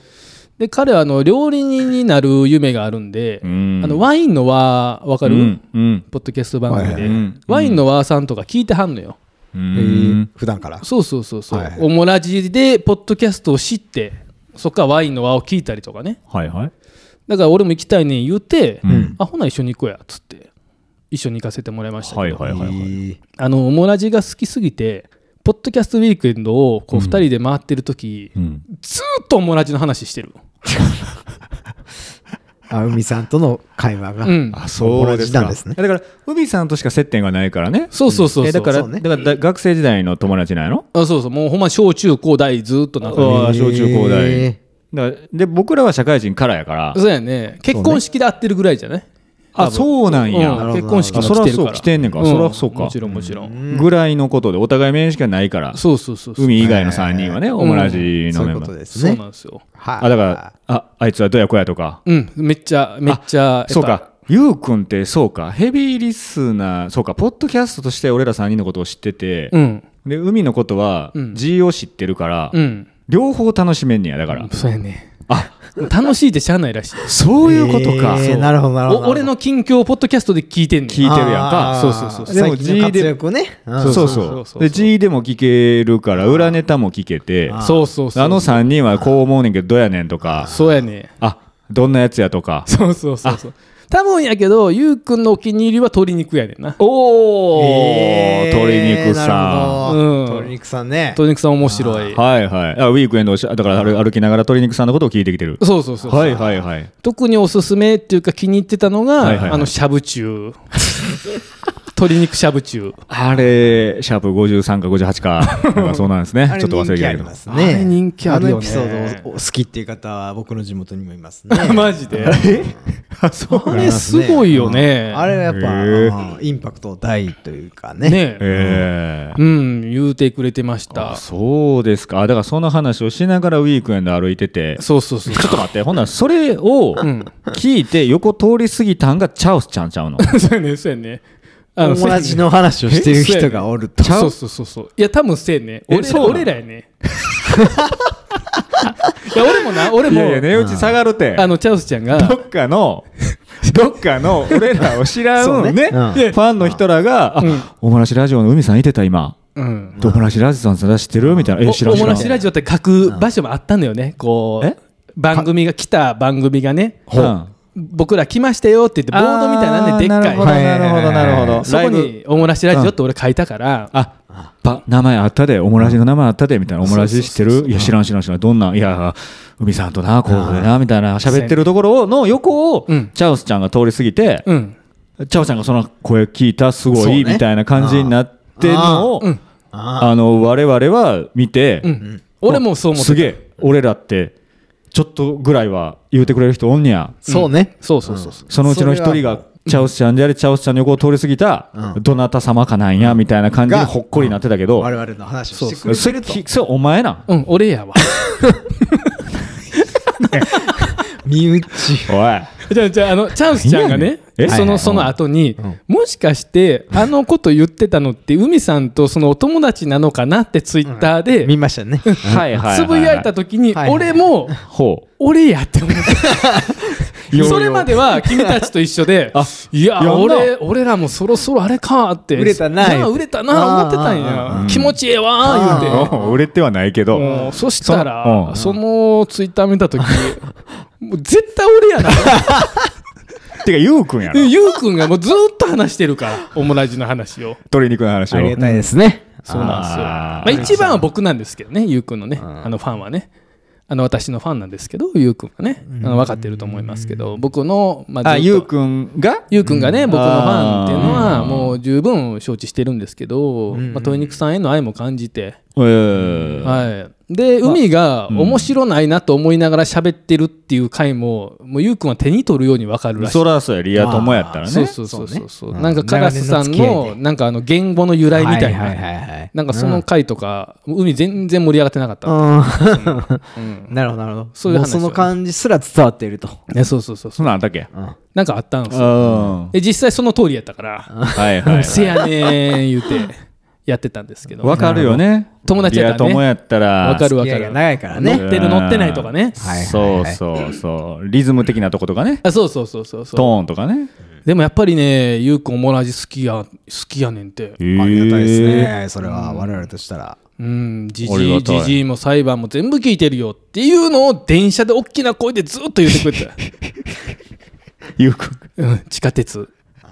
Speaker 3: で彼はあの料理人になる夢があるんで、
Speaker 1: うん
Speaker 3: あのワインの輪わかる、
Speaker 1: うんうん
Speaker 3: ポッドキャスト番組で、
Speaker 1: はいはい
Speaker 3: ワインの輪さんとか聞いてはんのよ、
Speaker 1: う
Speaker 2: え
Speaker 1: ん
Speaker 2: ー普段から。
Speaker 3: そうそうそうそう、
Speaker 2: はい
Speaker 3: オモラジでポッドキャストを知ってそっからワインの輪を聞いたりとかね
Speaker 1: はいはい
Speaker 3: だから俺も行きたいねん言うて、
Speaker 1: うん
Speaker 3: あほな一緒に行こうやっつって一緒に行かせてもらいましたけど、
Speaker 1: はいはいはいはい
Speaker 2: い。
Speaker 3: あのオモラジが好きすぎてポッドキャストウィークエンドをこう2人で回ってる時、
Speaker 1: うん
Speaker 3: ずーっとオモラジの話してる、
Speaker 2: あ、海さんとの会話が。
Speaker 3: うん、
Speaker 1: あ
Speaker 2: そうですか同じなんですね
Speaker 1: だから海さんとしか接点がないからね
Speaker 3: そうそうそうそう
Speaker 1: えだから
Speaker 2: そうね
Speaker 1: だからだ学生時代の友達なんやろ
Speaker 3: あそうそうもうほんま小中高大ずーっと仲
Speaker 1: あ
Speaker 3: 良
Speaker 1: あ
Speaker 3: い
Speaker 1: 小中高大
Speaker 2: え
Speaker 1: だからで僕らは社会人からやから
Speaker 3: そうやね結婚式で会ってるぐらいじゃない
Speaker 1: あそうなん
Speaker 3: う
Speaker 1: や
Speaker 3: ん
Speaker 2: るほど
Speaker 3: 結婚式の
Speaker 1: あそら
Speaker 3: 来てるか
Speaker 1: そ
Speaker 3: ら
Speaker 1: う来てんねんからそらそうか
Speaker 3: もちろんもちろん、
Speaker 1: ぐらいのことでお互い面識がないから
Speaker 3: そうそうそうそう
Speaker 1: 海以外の3人はね
Speaker 3: ん
Speaker 1: 同じ
Speaker 2: そ
Speaker 1: の
Speaker 2: う
Speaker 1: メ
Speaker 2: いう
Speaker 1: ン
Speaker 2: こ
Speaker 1: バ
Speaker 2: と
Speaker 1: ー
Speaker 2: です
Speaker 3: そう
Speaker 2: ね
Speaker 3: な。んですよ
Speaker 2: は
Speaker 1: あだからああいつはどやこやとか
Speaker 3: うんめっちゃめっちゃやっぱ
Speaker 1: そうかゆうくんってそうかヘビーリスナーそうかポッドキャストとして俺ら3人のことを知ってて、
Speaker 3: うん
Speaker 1: で海のことは
Speaker 3: うん
Speaker 1: G を知ってるから、
Speaker 3: うん
Speaker 1: 両方楽しめんねやだから、
Speaker 3: そうやね
Speaker 1: あ
Speaker 3: 楽しいってしゃあないらしい
Speaker 1: そういうことか、
Speaker 2: えー
Speaker 1: そう
Speaker 2: なるほどなるほ
Speaker 3: お
Speaker 2: ど。
Speaker 3: 俺の近況をポッドキャストで聞いてんねん
Speaker 1: 聞いてるやんか
Speaker 2: あー
Speaker 3: そうそうそうそう
Speaker 1: でも
Speaker 2: 最近の
Speaker 1: G で
Speaker 2: 活躍ね。うん
Speaker 1: そうそう
Speaker 3: そうそう
Speaker 1: そう
Speaker 3: そう
Speaker 1: で G でも聞けるから裏ネタも聞けて
Speaker 2: あ
Speaker 1: あ
Speaker 3: そうそうそう
Speaker 1: の3人はこう思うねんけどどうやねんとか
Speaker 3: そうやね
Speaker 1: あどんなやつやとか
Speaker 3: そうそうそうそう多分やけどゆうくんのお気に入りは鶏肉やねんな
Speaker 1: お
Speaker 2: えー
Speaker 1: 鶏肉さん
Speaker 2: なるほど
Speaker 3: うん
Speaker 2: 鶏肉さんね。
Speaker 3: 鶏肉さん面白い
Speaker 1: はいはいあウィークエンドしだから歩歩きながら鶏肉さんのことを聞いてきてる
Speaker 3: そうそうそうそう
Speaker 1: はいはいはい
Speaker 3: 特におすすめっていうか気に入ってたのが、
Speaker 1: はいはいはい
Speaker 3: あのしゃぶ中 鶏肉しゃ ぶ中
Speaker 1: あれシャープ53か58かなんかそうなんです ね
Speaker 2: あれ
Speaker 1: ちょっと忘れてた
Speaker 2: 人気あ
Speaker 1: け
Speaker 2: り
Speaker 1: ど
Speaker 2: ます
Speaker 3: あれ
Speaker 2: ね。
Speaker 3: 人気あるよね
Speaker 2: のエピソードお好きっていう方は僕の地元にもいます ね。
Speaker 3: マジで
Speaker 1: あそう
Speaker 3: あれすごいよね、
Speaker 2: あれはやっぱ
Speaker 1: へー
Speaker 2: うんインパクト大というかね。
Speaker 3: ね
Speaker 1: ええ
Speaker 3: うん言うてくれてました
Speaker 1: あそうですかあだからその話をしながらウィークエンド歩いてて
Speaker 3: そうそうそう
Speaker 1: ちょっと待ってほんならそれを
Speaker 3: ん
Speaker 1: 聞いて横通り過ぎたんがチャウスちゃんちゃうの
Speaker 3: そうやねそうやね
Speaker 2: 友達の話をしてる人がおると。
Speaker 3: そうやねそうそうそうそういや多分せえね
Speaker 1: え
Speaker 3: 俺
Speaker 1: そう
Speaker 3: ら
Speaker 1: なの
Speaker 3: 俺ら やねいや俺もな 俺
Speaker 1: い
Speaker 3: も
Speaker 1: やいや値打ち下がるて
Speaker 3: あのチャウスちゃん
Speaker 1: ど
Speaker 3: が
Speaker 1: っか のどっかの俺らを知ら
Speaker 2: そうんね
Speaker 1: ね
Speaker 2: うん
Speaker 1: ファンの人らが「あおもらしラジオの海さんいてた今
Speaker 3: うん
Speaker 1: おもらしラジオさん出してるみたいな。え、知ら
Speaker 3: お
Speaker 1: ん
Speaker 3: お
Speaker 1: 知
Speaker 3: も
Speaker 1: ら
Speaker 3: ら
Speaker 1: ん
Speaker 3: しラジオって書く場所もあったのよね、こ
Speaker 1: え
Speaker 3: う番組が来た番組がね、
Speaker 1: ほう
Speaker 3: 僕ら来ましたよって言って、ボードみたいなんで、でっ
Speaker 1: あーなるほど、
Speaker 3: かい、
Speaker 2: は
Speaker 1: な
Speaker 2: い
Speaker 1: るほど、なるほど。
Speaker 3: そこにおもらしラジオって俺、書いたから、
Speaker 1: あば名前あったで、おもらしの名前あったでみたいな、おもらししてる、いや、知らん、知らん、知らん、どんな、いや、海さんとな、こうでな、みたいな、喋ってるところをの横を、
Speaker 3: うん
Speaker 1: チャオスちゃんが通り過ぎて、
Speaker 3: うん、
Speaker 1: チャオちゃんがその声聞いた、すご
Speaker 2: そう
Speaker 1: い、
Speaker 2: ね
Speaker 1: みたいな感じになってるのを、
Speaker 3: うん
Speaker 2: あ
Speaker 1: あの、我々は見て、
Speaker 3: うん、俺もそう思って
Speaker 1: す
Speaker 3: た
Speaker 1: げえ、俺らって、ちょっとぐらいは言うてくれる人おんねや。
Speaker 2: そうね
Speaker 3: そうそうそうそう、
Speaker 1: そのうちの一人が、チャオスちゃんであれ、チャオスちゃんの横を通り過ぎた、
Speaker 2: うん
Speaker 1: どなた様かなんや、みたいな感じにほっこりになってたけど、
Speaker 2: 我々の話をしてく
Speaker 1: そ
Speaker 2: れ
Speaker 1: れ
Speaker 2: てると
Speaker 1: きそれお前なん。
Speaker 3: うん、俺やわ。
Speaker 2: 身内
Speaker 1: おい。
Speaker 3: じゃあ、じゃあ、あの、チャンスちゃんがね
Speaker 1: いやいやえ、
Speaker 3: そ
Speaker 1: はいはい
Speaker 3: の、その後に
Speaker 2: ん、
Speaker 3: もしかして、あのこと言ってたのって、海さんとそのお友達なのかなってツイッターで、
Speaker 2: 見ましたね
Speaker 1: はいはい。
Speaker 3: つぶやいた時に、
Speaker 2: はいはい
Speaker 3: 俺も、
Speaker 1: ほ
Speaker 3: 俺やって思って
Speaker 1: よよ
Speaker 3: それまでは君たちと一緒で
Speaker 1: あ
Speaker 3: いや
Speaker 1: やんな
Speaker 3: 俺俺らもそろそろあれかって
Speaker 2: 売れたな
Speaker 3: なあ売れたな思ってたん
Speaker 2: あ
Speaker 3: や気持ちええわ
Speaker 1: う。
Speaker 3: 言うて
Speaker 1: うん売れてはないけど。
Speaker 3: もうそした
Speaker 1: そ
Speaker 3: ら
Speaker 1: うん
Speaker 3: そのツイッター見た時もう絶対俺やな
Speaker 1: てか、ゆうくんやろ。
Speaker 3: ゆうくんがもうずっと話してるからオムラジの話を
Speaker 1: 鶏肉の話を。
Speaker 2: ありがたいですね
Speaker 3: そうなんですよ。
Speaker 1: あ
Speaker 3: ま
Speaker 1: ー
Speaker 3: あ、一番は僕なんですけどね、ゆうくんのね、あのファンはね。あの私のファンなんですけど、ゆうくんはね、あの分かってると思いますけど、僕の、ま
Speaker 1: あ、
Speaker 3: ずっと
Speaker 1: ゆうくんが
Speaker 3: ゆうくんがね、僕のファンっていうの
Speaker 1: あー
Speaker 3: は、もう十分承知してるんですけど、まあ、鶏肉さんへの愛も感じて、
Speaker 1: えー
Speaker 3: はい、で、海が面白ないなと思いながら喋ってるっていう回も、もうゆうくんは手に取るように分かるらしい
Speaker 1: そ。らそうや、リア友やったらね。
Speaker 3: そうそうそうそうそう、
Speaker 2: そうね
Speaker 3: なんかカラスさ
Speaker 2: 長
Speaker 3: ん
Speaker 2: 年の付き合
Speaker 3: の
Speaker 2: い
Speaker 3: なんかあの言語の由来みたいな、
Speaker 2: はいはいはいはい
Speaker 3: なんかその回とか、海全然盛り上がってなかった。
Speaker 2: うんなるほどなるほど
Speaker 3: そういう話
Speaker 2: もその感じすら伝わっていると
Speaker 3: ね、そうそうそうそ
Speaker 1: そんなんあったっけ
Speaker 2: うん
Speaker 3: う。なんかあったんです
Speaker 1: う
Speaker 3: よ。
Speaker 1: ん。は
Speaker 3: で、実際その通りやったから、
Speaker 1: いはい。
Speaker 3: せやねん言うてやってたんです けど。
Speaker 1: わかるよね。
Speaker 3: 友達やったらね
Speaker 1: リア友やったら。
Speaker 3: わかるわ
Speaker 2: 付き合
Speaker 3: か
Speaker 2: いが
Speaker 3: る。
Speaker 2: 長いから
Speaker 1: うん。
Speaker 2: ね
Speaker 3: 乗ってる乗ってないとかね
Speaker 2: はいはいはい
Speaker 1: そうそうそう。リズム的なとことかね。
Speaker 3: あそうそうそうそう
Speaker 1: ト
Speaker 3: そ
Speaker 1: ーンとかね。
Speaker 3: う。でもやっぱりね、ゆうくん同じ好きや、好きやねんって。
Speaker 1: あ
Speaker 2: ありがたいです。ねそれは我々としたら
Speaker 3: うん、じ
Speaker 1: あり
Speaker 3: じ
Speaker 1: が
Speaker 3: い、
Speaker 1: たい
Speaker 3: じじいも裁判も全部聞いてるよっていうのを電車で大きな声でずっと言ってくれ てた。
Speaker 1: ゆうくん。
Speaker 3: うん、地下鉄。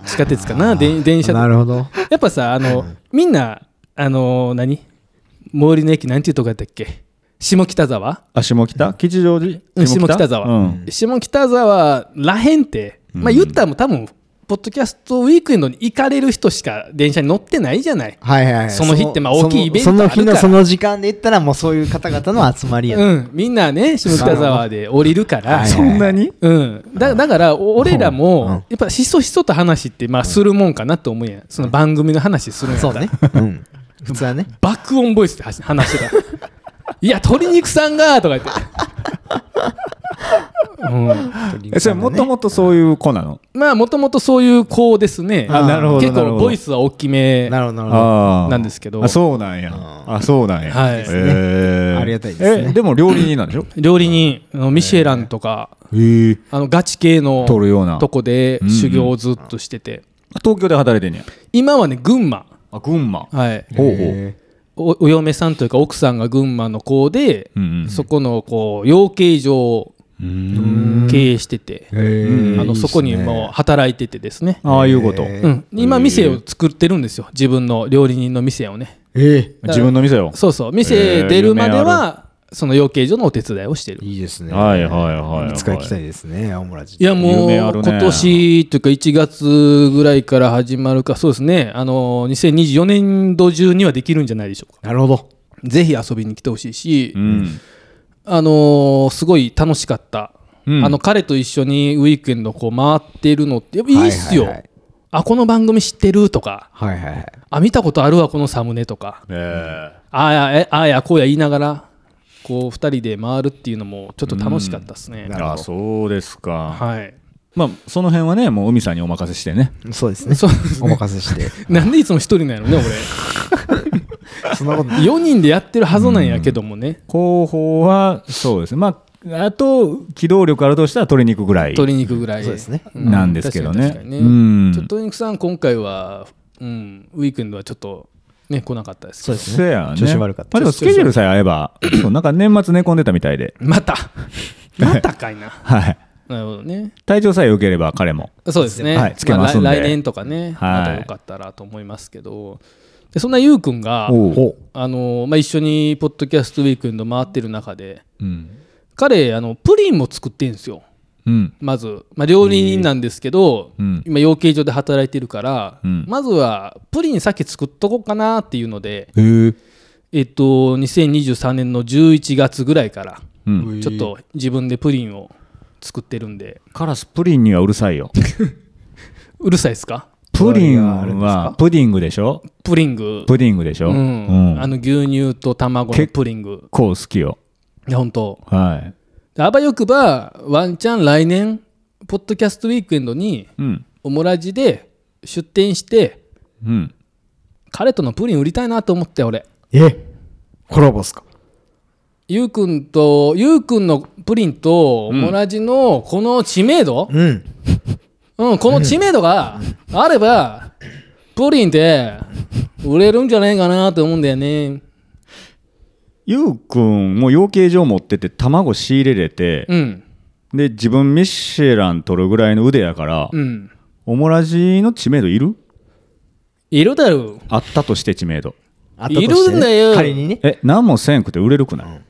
Speaker 3: 地下鉄かな、で電車で
Speaker 2: なるほど
Speaker 3: やっぱさ、あの、みんな、あの、何最寄りの駅、なんていうとこやったっけ下北沢
Speaker 1: あ、下北吉祥寺
Speaker 3: うん下北沢、
Speaker 1: うん。
Speaker 3: 下北沢らへんって、まあ言ったらもう多分、ポッドキャストウィークエンドに行かれる人しか電車に乗ってないじゃない。
Speaker 2: はいはいはい
Speaker 3: その日ってまあ大きいイベント
Speaker 2: その
Speaker 3: ある
Speaker 2: その日
Speaker 3: か
Speaker 2: の
Speaker 3: ら
Speaker 2: その時間で言ったらもうそういう方々の集まりやね
Speaker 3: うん、みんなね、下北沢で降りるから。
Speaker 2: はい
Speaker 1: そんなに
Speaker 3: うん、だだからお俺ら
Speaker 2: うんうん
Speaker 3: もやっぱひそひそと話ってまあするもんかなと思うやんその番組の話するんやっ
Speaker 2: そ
Speaker 3: た
Speaker 2: う
Speaker 3: ら
Speaker 2: ねうん 普通は ね
Speaker 3: 爆音ボイスで話話してた。いや、鶏肉さんがとか言って。うん、
Speaker 1: えそれもともとそういう子なの
Speaker 3: まあもともとそういう子ですね
Speaker 1: あなるほど
Speaker 3: 結
Speaker 1: なるほ
Speaker 3: 構
Speaker 1: ど
Speaker 3: ボイスは大きめ
Speaker 2: なるほどなるほど
Speaker 1: あー
Speaker 3: なんですけど
Speaker 1: あそうなんやあそうなんや
Speaker 3: はいですね
Speaker 1: えー
Speaker 2: ありがたいですね
Speaker 1: えでも料理人なんでしょ
Speaker 3: 料理人あのミシェランとか、
Speaker 1: へえ
Speaker 3: あのガチ系の
Speaker 1: 取るような
Speaker 3: とこで
Speaker 1: うんうん
Speaker 3: 修行をずっとしてて、
Speaker 1: 東京で働いてんねや
Speaker 3: 今はね群馬
Speaker 1: あ群馬
Speaker 3: はい
Speaker 1: ほうほう
Speaker 2: へ
Speaker 3: おお嫁さんというか奥さんが群馬の子で、
Speaker 1: うんうん
Speaker 3: そこのこう養鶏場を経営してて、
Speaker 2: ー
Speaker 3: あのそこにもう働いててですね
Speaker 1: ああいうこと
Speaker 2: え
Speaker 3: うん、今店を作ってるんですよ自分の料理人の店をね
Speaker 2: え
Speaker 1: 自分の店よ
Speaker 3: そうそう店出るまでは、その養鶏場のお手伝いをしてるい
Speaker 2: いいですね
Speaker 1: はいはいはいはい
Speaker 2: いつか行きたいですね青村寺
Speaker 3: やもう、
Speaker 1: 夢あるね
Speaker 3: 今年というか1月ぐらいから始まるかそうですねあの2024年度中にはできるんじゃないでしょうか
Speaker 2: なるほど
Speaker 3: ぜひ遊びに来てほしいし、
Speaker 1: うん
Speaker 3: あのーすごい楽しかった、
Speaker 1: うん
Speaker 3: あの彼と一緒にウィークエンドこう回ってるのってやっぱいいっすよ、
Speaker 2: はいはいはい
Speaker 3: あこの番組知ってるとか
Speaker 2: はいはいはい
Speaker 3: あ見たことあるわこのサムネとか
Speaker 1: ええ
Speaker 3: ああやえああやこうや言いながらこう2人で回るっていうのもちょっと楽しかったですね、
Speaker 2: なるほ
Speaker 1: あ
Speaker 2: ど
Speaker 1: そうですか
Speaker 3: はい
Speaker 1: まあその辺はねもう海さんにお任せしてね
Speaker 2: そうですね
Speaker 3: そうです
Speaker 2: お任せ して
Speaker 3: なんでいつも1人なのね
Speaker 2: そんな こと
Speaker 3: 俺4人でやってるはずなんやけどもね
Speaker 1: 候補はそうですねまああと機動力あるとしたら鶏肉ぐらい
Speaker 3: 鶏肉ぐらい
Speaker 2: そうですね
Speaker 3: ん
Speaker 1: なんですけどね
Speaker 3: 確かに確かに
Speaker 1: うん
Speaker 3: ちょっと鶏肉さん今回は、うん、ウィークエンドはちょっとね、来なかったです
Speaker 2: そ
Speaker 3: け
Speaker 2: う
Speaker 3: ど。
Speaker 2: です
Speaker 1: せ
Speaker 2: ね
Speaker 1: やね。
Speaker 2: 調子悪かった
Speaker 1: まあでもスケジュールさえ合えば、 そうなんか年末寝込んでたみたいで、
Speaker 3: また またかいな。
Speaker 1: はい。
Speaker 3: なるほどね。
Speaker 1: 体調さえ良ければ彼も。
Speaker 3: そうですね。
Speaker 1: はいつけますんで
Speaker 3: あ来来年とかね、
Speaker 1: はい
Speaker 3: またよかったらと思いますけど。でそんなゆうくんが、
Speaker 1: おう
Speaker 2: ほう
Speaker 3: あのまあ、一緒にポッドキャストウィークエンド回ってる中で、
Speaker 1: うん。
Speaker 3: 彼、あのプリンも作ってるんですよ。
Speaker 1: うん。
Speaker 3: まず、まあ、料理人なんですけど、
Speaker 1: うん
Speaker 3: 今養鶏場で働いてるから、
Speaker 1: うん
Speaker 3: まずはプリン先作っとこうかなっていうので、
Speaker 1: へえ。
Speaker 3: えっと、2023年の11月ぐらいから
Speaker 1: うん。
Speaker 3: ちょっと自分でプリンを作ってるんで
Speaker 1: カラスプリンにはうるさいよ。
Speaker 3: うるさいですか
Speaker 1: プリン
Speaker 2: これがあるんです
Speaker 1: は
Speaker 2: か
Speaker 1: プディングでしょ
Speaker 3: プリング
Speaker 1: プディングでしょ
Speaker 3: うんあ
Speaker 1: 結
Speaker 3: の牛乳と卵の
Speaker 1: 結
Speaker 3: プリング
Speaker 1: 構好きよ。
Speaker 3: いや本当
Speaker 1: は
Speaker 3: であばよくばワンチャン来年ポッドキャストウィークエンドに
Speaker 1: い。うん。
Speaker 3: オモラジで出店して
Speaker 1: うん。
Speaker 3: 彼とのプリン売りたいなと思って俺
Speaker 2: えコラボっすか
Speaker 3: ゆうくんとゆうくんのプリンとオモラジのこの知名度、
Speaker 2: うん
Speaker 3: うん、この知名度があれば、プリンって売れるんじゃねえかなと思うんだよね。
Speaker 1: ゆうくんも養鶏場持ってて卵仕入れれて、
Speaker 3: うん。
Speaker 1: で自分ミシェラン取るぐらいの腕やから、
Speaker 3: うん。
Speaker 1: オモラジの知名度いる
Speaker 3: いるだろう。
Speaker 1: あったとして知名度
Speaker 2: あったとしてね
Speaker 3: いるんだよ
Speaker 2: 仮にね
Speaker 1: え何もせんくて売れるくない、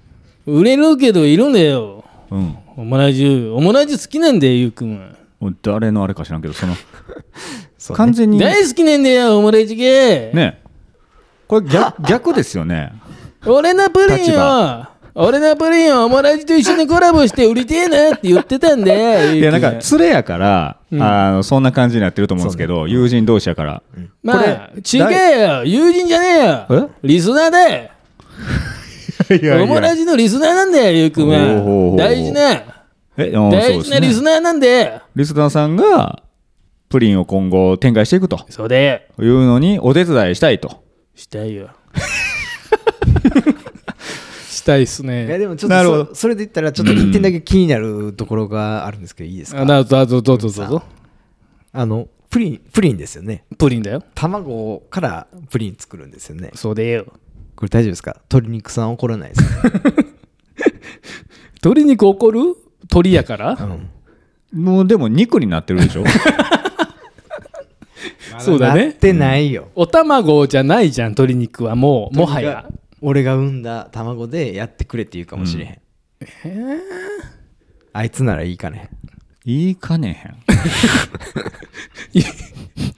Speaker 3: 売れるけどいるんだよ。
Speaker 1: うん
Speaker 3: オムラジ、オムラジ好きなんだよ、ゆうくんは。
Speaker 1: 誰のあれか知らんけどその
Speaker 2: そうね
Speaker 1: 完全にね
Speaker 3: 大好きなんだよ、オムラジ系。
Speaker 1: これ逆逆ですよね
Speaker 3: 俺のプリ
Speaker 1: 立
Speaker 3: ンを
Speaker 1: 場、
Speaker 3: 俺のプリンをオムラジと一緒にコラボして売りてえなって言ってたんだよ。
Speaker 1: い
Speaker 3: ゆう
Speaker 1: や
Speaker 3: く
Speaker 1: なんか連れやから、
Speaker 3: うん
Speaker 1: あのそんな感じになってると思うんですけど、友人同士や から、
Speaker 3: まあ、違えよ。友人じゃねえよ。リスナーだよ。
Speaker 1: いやいや
Speaker 3: オムラジのリスナーなんだよ、ゆうく
Speaker 1: お
Speaker 3: ん
Speaker 1: うおうお
Speaker 3: は。
Speaker 1: う
Speaker 3: 大事な。
Speaker 1: えうん
Speaker 3: 大
Speaker 1: そう
Speaker 3: 事
Speaker 1: で
Speaker 3: な
Speaker 1: すね
Speaker 3: リスナーなんで。
Speaker 1: リスナーさんがプリンを今後展開していくと
Speaker 3: そうで、
Speaker 1: いうのにお手伝いしたいと
Speaker 3: したいよ。 したいっす
Speaker 2: いや
Speaker 3: ね。
Speaker 2: でもちょっ
Speaker 1: なるほ
Speaker 2: と
Speaker 1: ど
Speaker 2: そそれで言ったらちょっと一点だけ気になるところがあるんですけどいいですか
Speaker 3: あなどうぞどうぞどうぞ。
Speaker 2: あのプリンプリンですよね
Speaker 3: プリンだよ。
Speaker 2: 卵からプリン作るんですよね
Speaker 3: そうでよ。
Speaker 2: これ大丈夫ですか鶏肉さん怒らないです か、
Speaker 3: 鶏肉怒る鳥やから。
Speaker 2: うん
Speaker 1: もうでも肉になってる でしょ
Speaker 3: そうだ
Speaker 2: なっ
Speaker 3: ね。
Speaker 2: てないよ、
Speaker 3: お卵じゃないじゃん、鶏肉はもう、もはや。
Speaker 2: 俺が産んだ卵でやってくれって言うかもしれへん、あいつならいいかね
Speaker 1: いいかね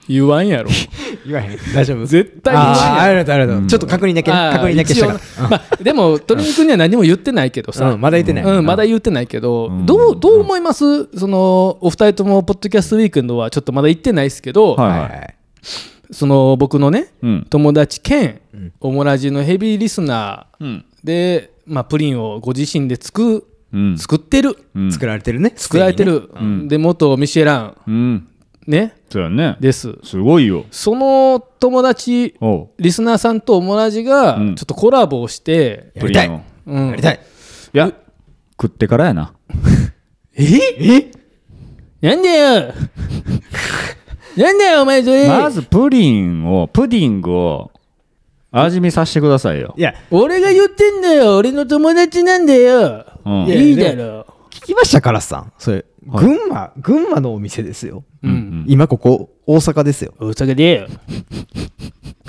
Speaker 3: 言わんやろ。
Speaker 2: 言わへん大丈夫
Speaker 3: 絶対言わんやろ
Speaker 2: あーありがとうありがとう、
Speaker 1: うん
Speaker 2: ちょっと確認だけね
Speaker 3: あー
Speaker 2: 確認だけしたか
Speaker 3: 一応まあ、でも、鶏肉には何も言ってないけど
Speaker 2: ら、
Speaker 3: さ
Speaker 2: うん、。まだ言ってない、
Speaker 3: うん、まだ言ってないけど、
Speaker 1: うん
Speaker 3: どうどう思います、そのお二人とも、ポッドキャストウィークエンドはちょっとまだ行ってないですけど、
Speaker 1: はい
Speaker 2: はい、は、
Speaker 1: はい
Speaker 3: その僕のね、
Speaker 1: えうん
Speaker 3: 友達兼、
Speaker 2: うん
Speaker 3: オモラジのヘビーリスナ
Speaker 1: うん
Speaker 3: ーで、まあ、プリンをご自身で作
Speaker 1: うん
Speaker 3: 作ってる、
Speaker 1: うん
Speaker 2: 作られてるね
Speaker 3: 作られてる、
Speaker 1: ん
Speaker 3: で元ミシェラン、
Speaker 1: うん
Speaker 3: ね、
Speaker 1: そうやね
Speaker 3: です。
Speaker 1: すごいよ
Speaker 3: その友達、
Speaker 1: おう
Speaker 3: リスナーさんとオモラジが
Speaker 1: うん
Speaker 3: ちょっとコラボをして、
Speaker 2: やりたい
Speaker 1: プリンを
Speaker 3: うん
Speaker 2: やりたい
Speaker 1: いや食ってからやな
Speaker 3: ええなんだよなんだよお前それ
Speaker 1: まずプリンをプディングを味見させてくださいよ
Speaker 2: いや
Speaker 3: 俺が言ってんだよ俺の友達なんだよ、
Speaker 1: うん
Speaker 2: や
Speaker 3: いいだろ
Speaker 2: 聞きましたカラスさんそれ群馬、群馬のお店ですよ、
Speaker 3: う、
Speaker 1: うんん
Speaker 2: 今ここ大阪ですよ
Speaker 3: 大阪でよ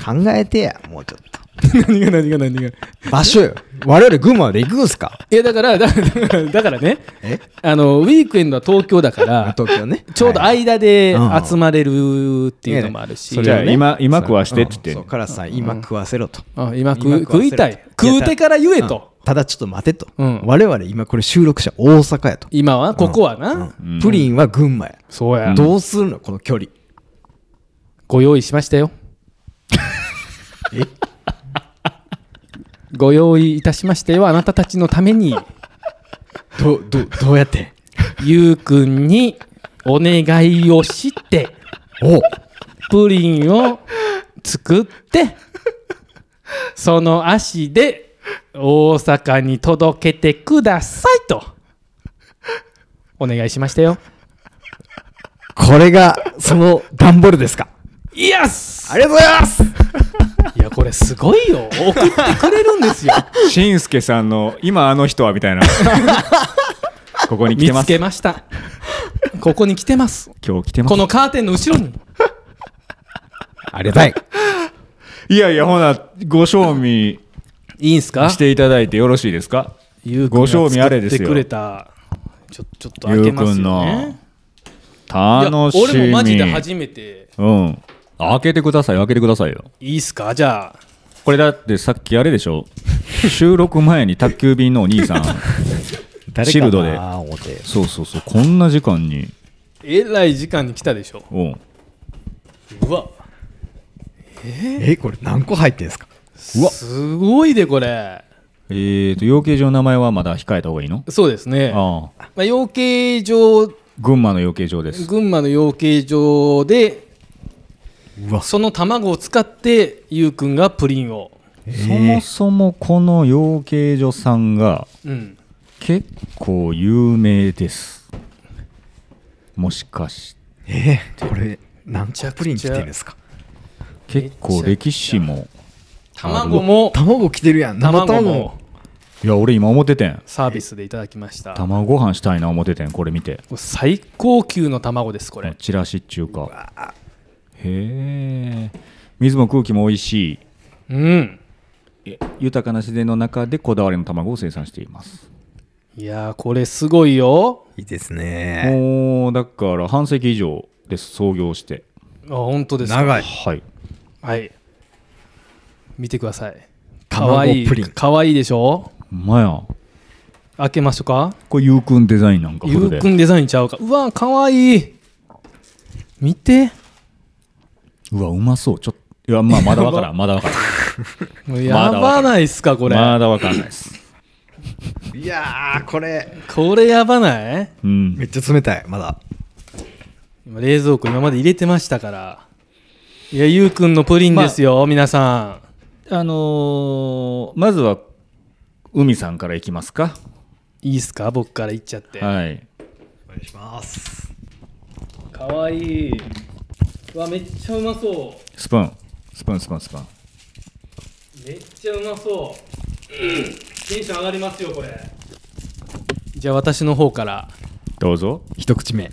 Speaker 2: 考えてやもうちょっと
Speaker 3: 何が何が何がい
Speaker 2: 場所よ我々群馬まで行くんすか
Speaker 3: やだからだからだからね
Speaker 2: え
Speaker 3: あのウィークエンドは東京だから
Speaker 2: 東京ね
Speaker 3: ちょうど
Speaker 2: はい
Speaker 3: 間で
Speaker 2: うん
Speaker 3: 集まれるっていうのもあるし、
Speaker 2: いやい
Speaker 1: じ
Speaker 2: や
Speaker 1: ゃ
Speaker 2: そ
Speaker 1: あ
Speaker 2: れね
Speaker 1: 今今食わしてって言
Speaker 2: そう
Speaker 1: っ
Speaker 2: カラスさん今食わせろと
Speaker 3: あ
Speaker 2: 今
Speaker 3: 今食
Speaker 2: 食わ
Speaker 3: 食
Speaker 2: せ
Speaker 3: い
Speaker 2: る
Speaker 3: たい食うてから言えと、
Speaker 2: ただちょっと待てと
Speaker 3: うん
Speaker 2: 我々今これ収録者大阪やと
Speaker 3: 今はここはな、
Speaker 2: うんプリンは群馬や
Speaker 3: そうや、
Speaker 2: どうするのこの距離
Speaker 3: ご用意しましたよご用意いたしましたよあなたたちのために
Speaker 2: どうどうどうやって
Speaker 3: ゆうくんにお願いをして
Speaker 2: お
Speaker 3: プリンを作ってその足で大阪に届けてくださいとお願いしましたよ
Speaker 2: これがその段ボールですか
Speaker 3: イエス
Speaker 2: ありがとうございます
Speaker 3: やこれすごいよ送ってくれるんですよ
Speaker 1: しんすけさんの今あの人はみたいなここに 来
Speaker 3: 見
Speaker 1: てま
Speaker 3: つ
Speaker 1: す
Speaker 3: けましたここに来てます
Speaker 1: 今日来てます
Speaker 3: このカーテンの後ろに
Speaker 2: ありがたい。
Speaker 1: いやいやほなご賞味
Speaker 3: いいんすか
Speaker 1: していただいてよろしいですか
Speaker 3: ゆうく
Speaker 1: ご
Speaker 3: んが
Speaker 1: 賞味あれ
Speaker 3: 作
Speaker 1: で
Speaker 3: っ
Speaker 1: す
Speaker 3: て
Speaker 1: よ
Speaker 3: くれたちょちょっと開けますよ、ね、
Speaker 1: ゆうくんの
Speaker 3: いや
Speaker 1: 楽しみ
Speaker 3: 俺もマジで初めて
Speaker 1: うん開けてください開けてくださいよ
Speaker 3: いいっすかじゃあ
Speaker 1: これだってさっきあれでしょ収録前に宅急便のお兄 さんシルドで
Speaker 2: ああ、思って。
Speaker 1: そうそうそうこんな時間に
Speaker 3: えらい時間に来たでしょ
Speaker 1: うん
Speaker 3: うわ
Speaker 2: え、これ何個入ってんすか
Speaker 1: うわ
Speaker 3: すごいでこれ
Speaker 1: えーと養鶏場の名前はまだ控えた方がいいの
Speaker 3: そうですね
Speaker 1: ああ
Speaker 3: まあ、養鶏場
Speaker 1: 群馬の養鶏場です
Speaker 3: 群馬の養鶏場で
Speaker 2: うわ
Speaker 3: その卵を使ってゆうくんがプリンを、
Speaker 1: そもそもこの養鶏場さんが
Speaker 3: うん、
Speaker 1: 結構有名ですもしかして
Speaker 2: えー、これ、何
Speaker 3: ちゃ
Speaker 2: 個
Speaker 3: くちゃ
Speaker 2: プリン来てるんですか
Speaker 1: 結構歴史も
Speaker 3: 卵も
Speaker 2: 卵来てるやん。生
Speaker 3: 卵
Speaker 2: 卵
Speaker 3: も。
Speaker 1: いや俺今思っててん
Speaker 3: サービスでいただきました
Speaker 1: 卵ご飯したいな思っててんこれ見て
Speaker 3: 最高級の卵ですこれ
Speaker 1: チラシっちゅうかへえ水も空気も美味し
Speaker 3: うん
Speaker 1: い豊かな自然の中でこだわりの卵を生産しています
Speaker 3: いやーこれすごいよ
Speaker 2: いいですね。
Speaker 1: もうだから半世紀以上です創業して
Speaker 3: あ本当ですか
Speaker 2: 長い。
Speaker 1: はい
Speaker 3: はい見てくださいか
Speaker 2: 卵
Speaker 3: わいい
Speaker 2: プリン
Speaker 3: かわいいでしょ
Speaker 1: ほんまや
Speaker 3: 開けましょうか
Speaker 1: これゆうくんデザインなんかフ
Speaker 3: ゆ
Speaker 1: ル
Speaker 3: う
Speaker 1: で
Speaker 3: くんデザインちゃうかうわかわいい見て
Speaker 1: うわうまそうちょっといやまあまだわからんまだわからん
Speaker 3: もうやばないっす かこれ、
Speaker 1: まだわかんないです
Speaker 2: いやー、これ、
Speaker 3: これやばない
Speaker 1: うん
Speaker 2: めっちゃ冷たい、まだ。
Speaker 3: 今冷蔵庫今まで入れてましたからいやゆうくんのプリンですよ、皆さ
Speaker 1: あのーまずは海さんからいきますか
Speaker 3: んいいっすか僕から言っちゃって、
Speaker 1: はい
Speaker 2: お願いします。
Speaker 3: かわいいうわめっちゃうまそう
Speaker 1: スプーンスプーンスプーンスプーン
Speaker 3: めっちゃうまそう、テンション上がりますよこれじゃあ私の方から
Speaker 1: どうぞ
Speaker 2: 一口目。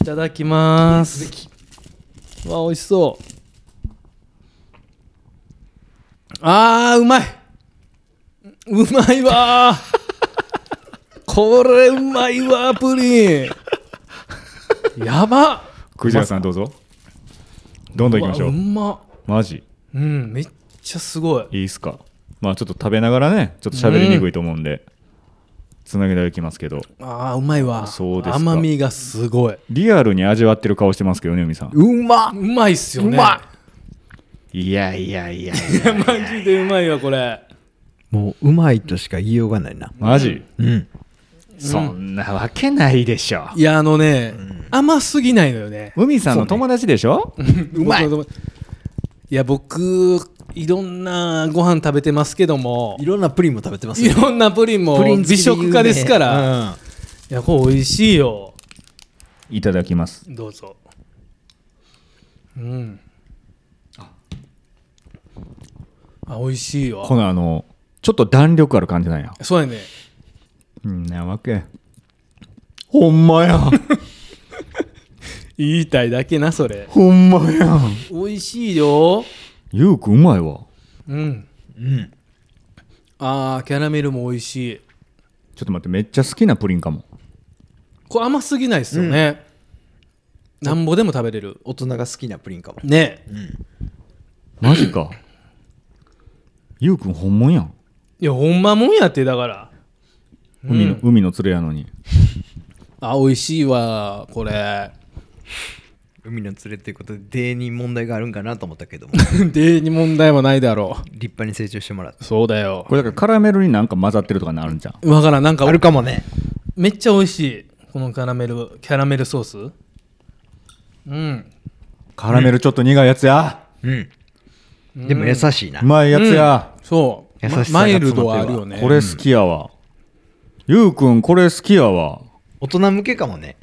Speaker 3: いただきますうわ美味しそうあーうまいうまいわーこれうまいわープリンやば
Speaker 1: クジラさんどうぞどんどんいきましょう
Speaker 3: うわ
Speaker 1: マジ
Speaker 3: うまうんめっちゃすごい
Speaker 1: いいっすかまあちょっと食べながらねちょっと喋りにくいと思うんで、つなげていきますけど
Speaker 3: あーうまいわ
Speaker 1: そうですか
Speaker 3: 甘みがすごい
Speaker 1: リアルに味わってる顔してますけどね海さん
Speaker 2: うま
Speaker 3: うまいっすよね
Speaker 2: うま
Speaker 1: いやいやいや
Speaker 3: マジでうまいわこれ
Speaker 2: もう、うまいとしか言いようがないな。
Speaker 1: マジ、
Speaker 2: うん。
Speaker 1: そんなわけないでしょ
Speaker 3: いやあのね、甘すぎないのよね
Speaker 1: 海さんの友達でしょ、
Speaker 3: うまいいや僕いろんなご飯食べてますけども
Speaker 2: いろんなプリンも食べてます
Speaker 3: い
Speaker 2: よ。
Speaker 3: ろんなプリンも美食家ですから、い
Speaker 2: ら。
Speaker 3: やこれ美味しいよ
Speaker 1: いただきます
Speaker 3: どうぞうんあ美味しい
Speaker 1: こ
Speaker 3: よ
Speaker 1: のあのちょっと弾力ある感じなんや
Speaker 3: そうやね
Speaker 1: んなわけほんま やん
Speaker 3: 言いたいだけなそれ
Speaker 1: ほんまやん
Speaker 3: 美味しいよ
Speaker 1: ゆうくんうまいわ
Speaker 3: うん
Speaker 2: うん。
Speaker 3: あーキャラメルも美味しい
Speaker 1: ちょっと待ってめっちゃ好きなプリンかも
Speaker 3: これ甘すぎないですよね、なんぼでも食べれる
Speaker 2: 大人が好きなプリンかも。
Speaker 3: ね
Speaker 1: マジ かゆうくん本物やん
Speaker 3: いやほんまもんやってだから
Speaker 1: 海の,、海の連れやのに
Speaker 3: あ美味しいわこれ
Speaker 2: 海の連れっていうことで、デーに問題があるんかなと思った けども、
Speaker 3: でに問題はないだろ
Speaker 2: 立派に成長してもらっ
Speaker 3: うそうだよ
Speaker 1: これだからカラメルになんか混ざってるとかなるんじゃん
Speaker 3: わからんなん
Speaker 2: た。
Speaker 3: か
Speaker 2: あるかもね。
Speaker 3: めっちゃ美味しいこのキャラメルキャラメルソースうん
Speaker 1: カラメルちょっと苦いやつや
Speaker 2: うん。でも優しいな
Speaker 1: う。まいやつや、
Speaker 3: そう
Speaker 2: 優し
Speaker 3: ま
Speaker 2: さが
Speaker 3: マイルドはあるよね
Speaker 1: これ好きやわ、ゆうくんこれ好きやわ
Speaker 2: 大人向けかもね。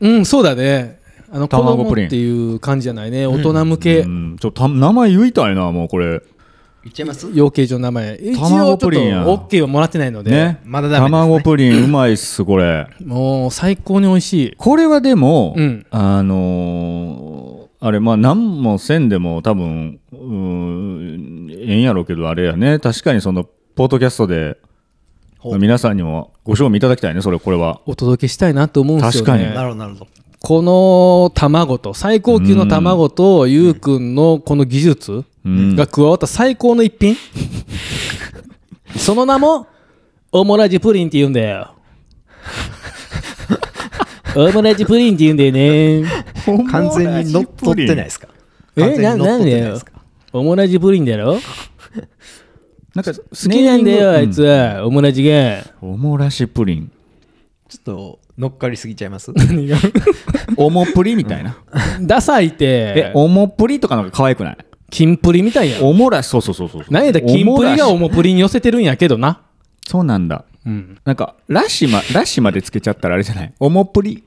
Speaker 3: うんそうだねあの子
Speaker 1: 卵
Speaker 3: 供
Speaker 1: プリン
Speaker 3: っていう感じじゃないね大人向け、
Speaker 1: うんちょっとた名前言いたいなもうこれ
Speaker 2: 言っちゃいます
Speaker 3: 養鶏場の名前一応ちょっ
Speaker 1: 卵
Speaker 3: と
Speaker 1: プリンや
Speaker 3: OK はもらってないので、
Speaker 1: ね
Speaker 2: まだダメですね
Speaker 1: 卵プリンうまいっすこれ
Speaker 3: もう最高に美味しい
Speaker 1: これはでも、
Speaker 3: うん
Speaker 1: あのーあれまあ何もせんでも多分うーんええんやろうけどあれやね確かにそのポッドキャストで
Speaker 2: ほう
Speaker 1: 皆さんにもご賞味いただきたいねそれこれは
Speaker 3: お届けしたいなと思うんですよね
Speaker 1: 確かに
Speaker 2: なるほどなるほど
Speaker 3: この卵と最高級の卵とゆうくんのこの技術
Speaker 1: うん
Speaker 3: が加わった最高の一品、その名もオモラジプリンって言うんだよオモラジプリンって言うんだよね
Speaker 2: 完全に乗っ取ってないですか完
Speaker 3: え
Speaker 2: 全
Speaker 3: な
Speaker 2: に乗っ
Speaker 3: な
Speaker 2: 取って
Speaker 3: んだ
Speaker 2: ないで
Speaker 3: よ
Speaker 2: すか
Speaker 3: オモラジプリンだろ
Speaker 1: なんか好
Speaker 3: 好きなんだよあいつはオモラジが
Speaker 1: おもらしプリ ン
Speaker 2: ちょっと乗っかりすぎちゃいます
Speaker 1: おもプリみたいな
Speaker 3: ダサいっ
Speaker 1: え
Speaker 3: て
Speaker 1: おもプリとかの方が可愛くない
Speaker 3: 金プリみたいやん
Speaker 1: おもらしそうそうそうそう
Speaker 3: なんやったら金プリが
Speaker 1: おもらし
Speaker 3: オモプリに寄せてるんやけどな
Speaker 1: そうなんだ
Speaker 3: うん
Speaker 1: なんかラシまラシまでつけちゃったらあれじゃないおもプリ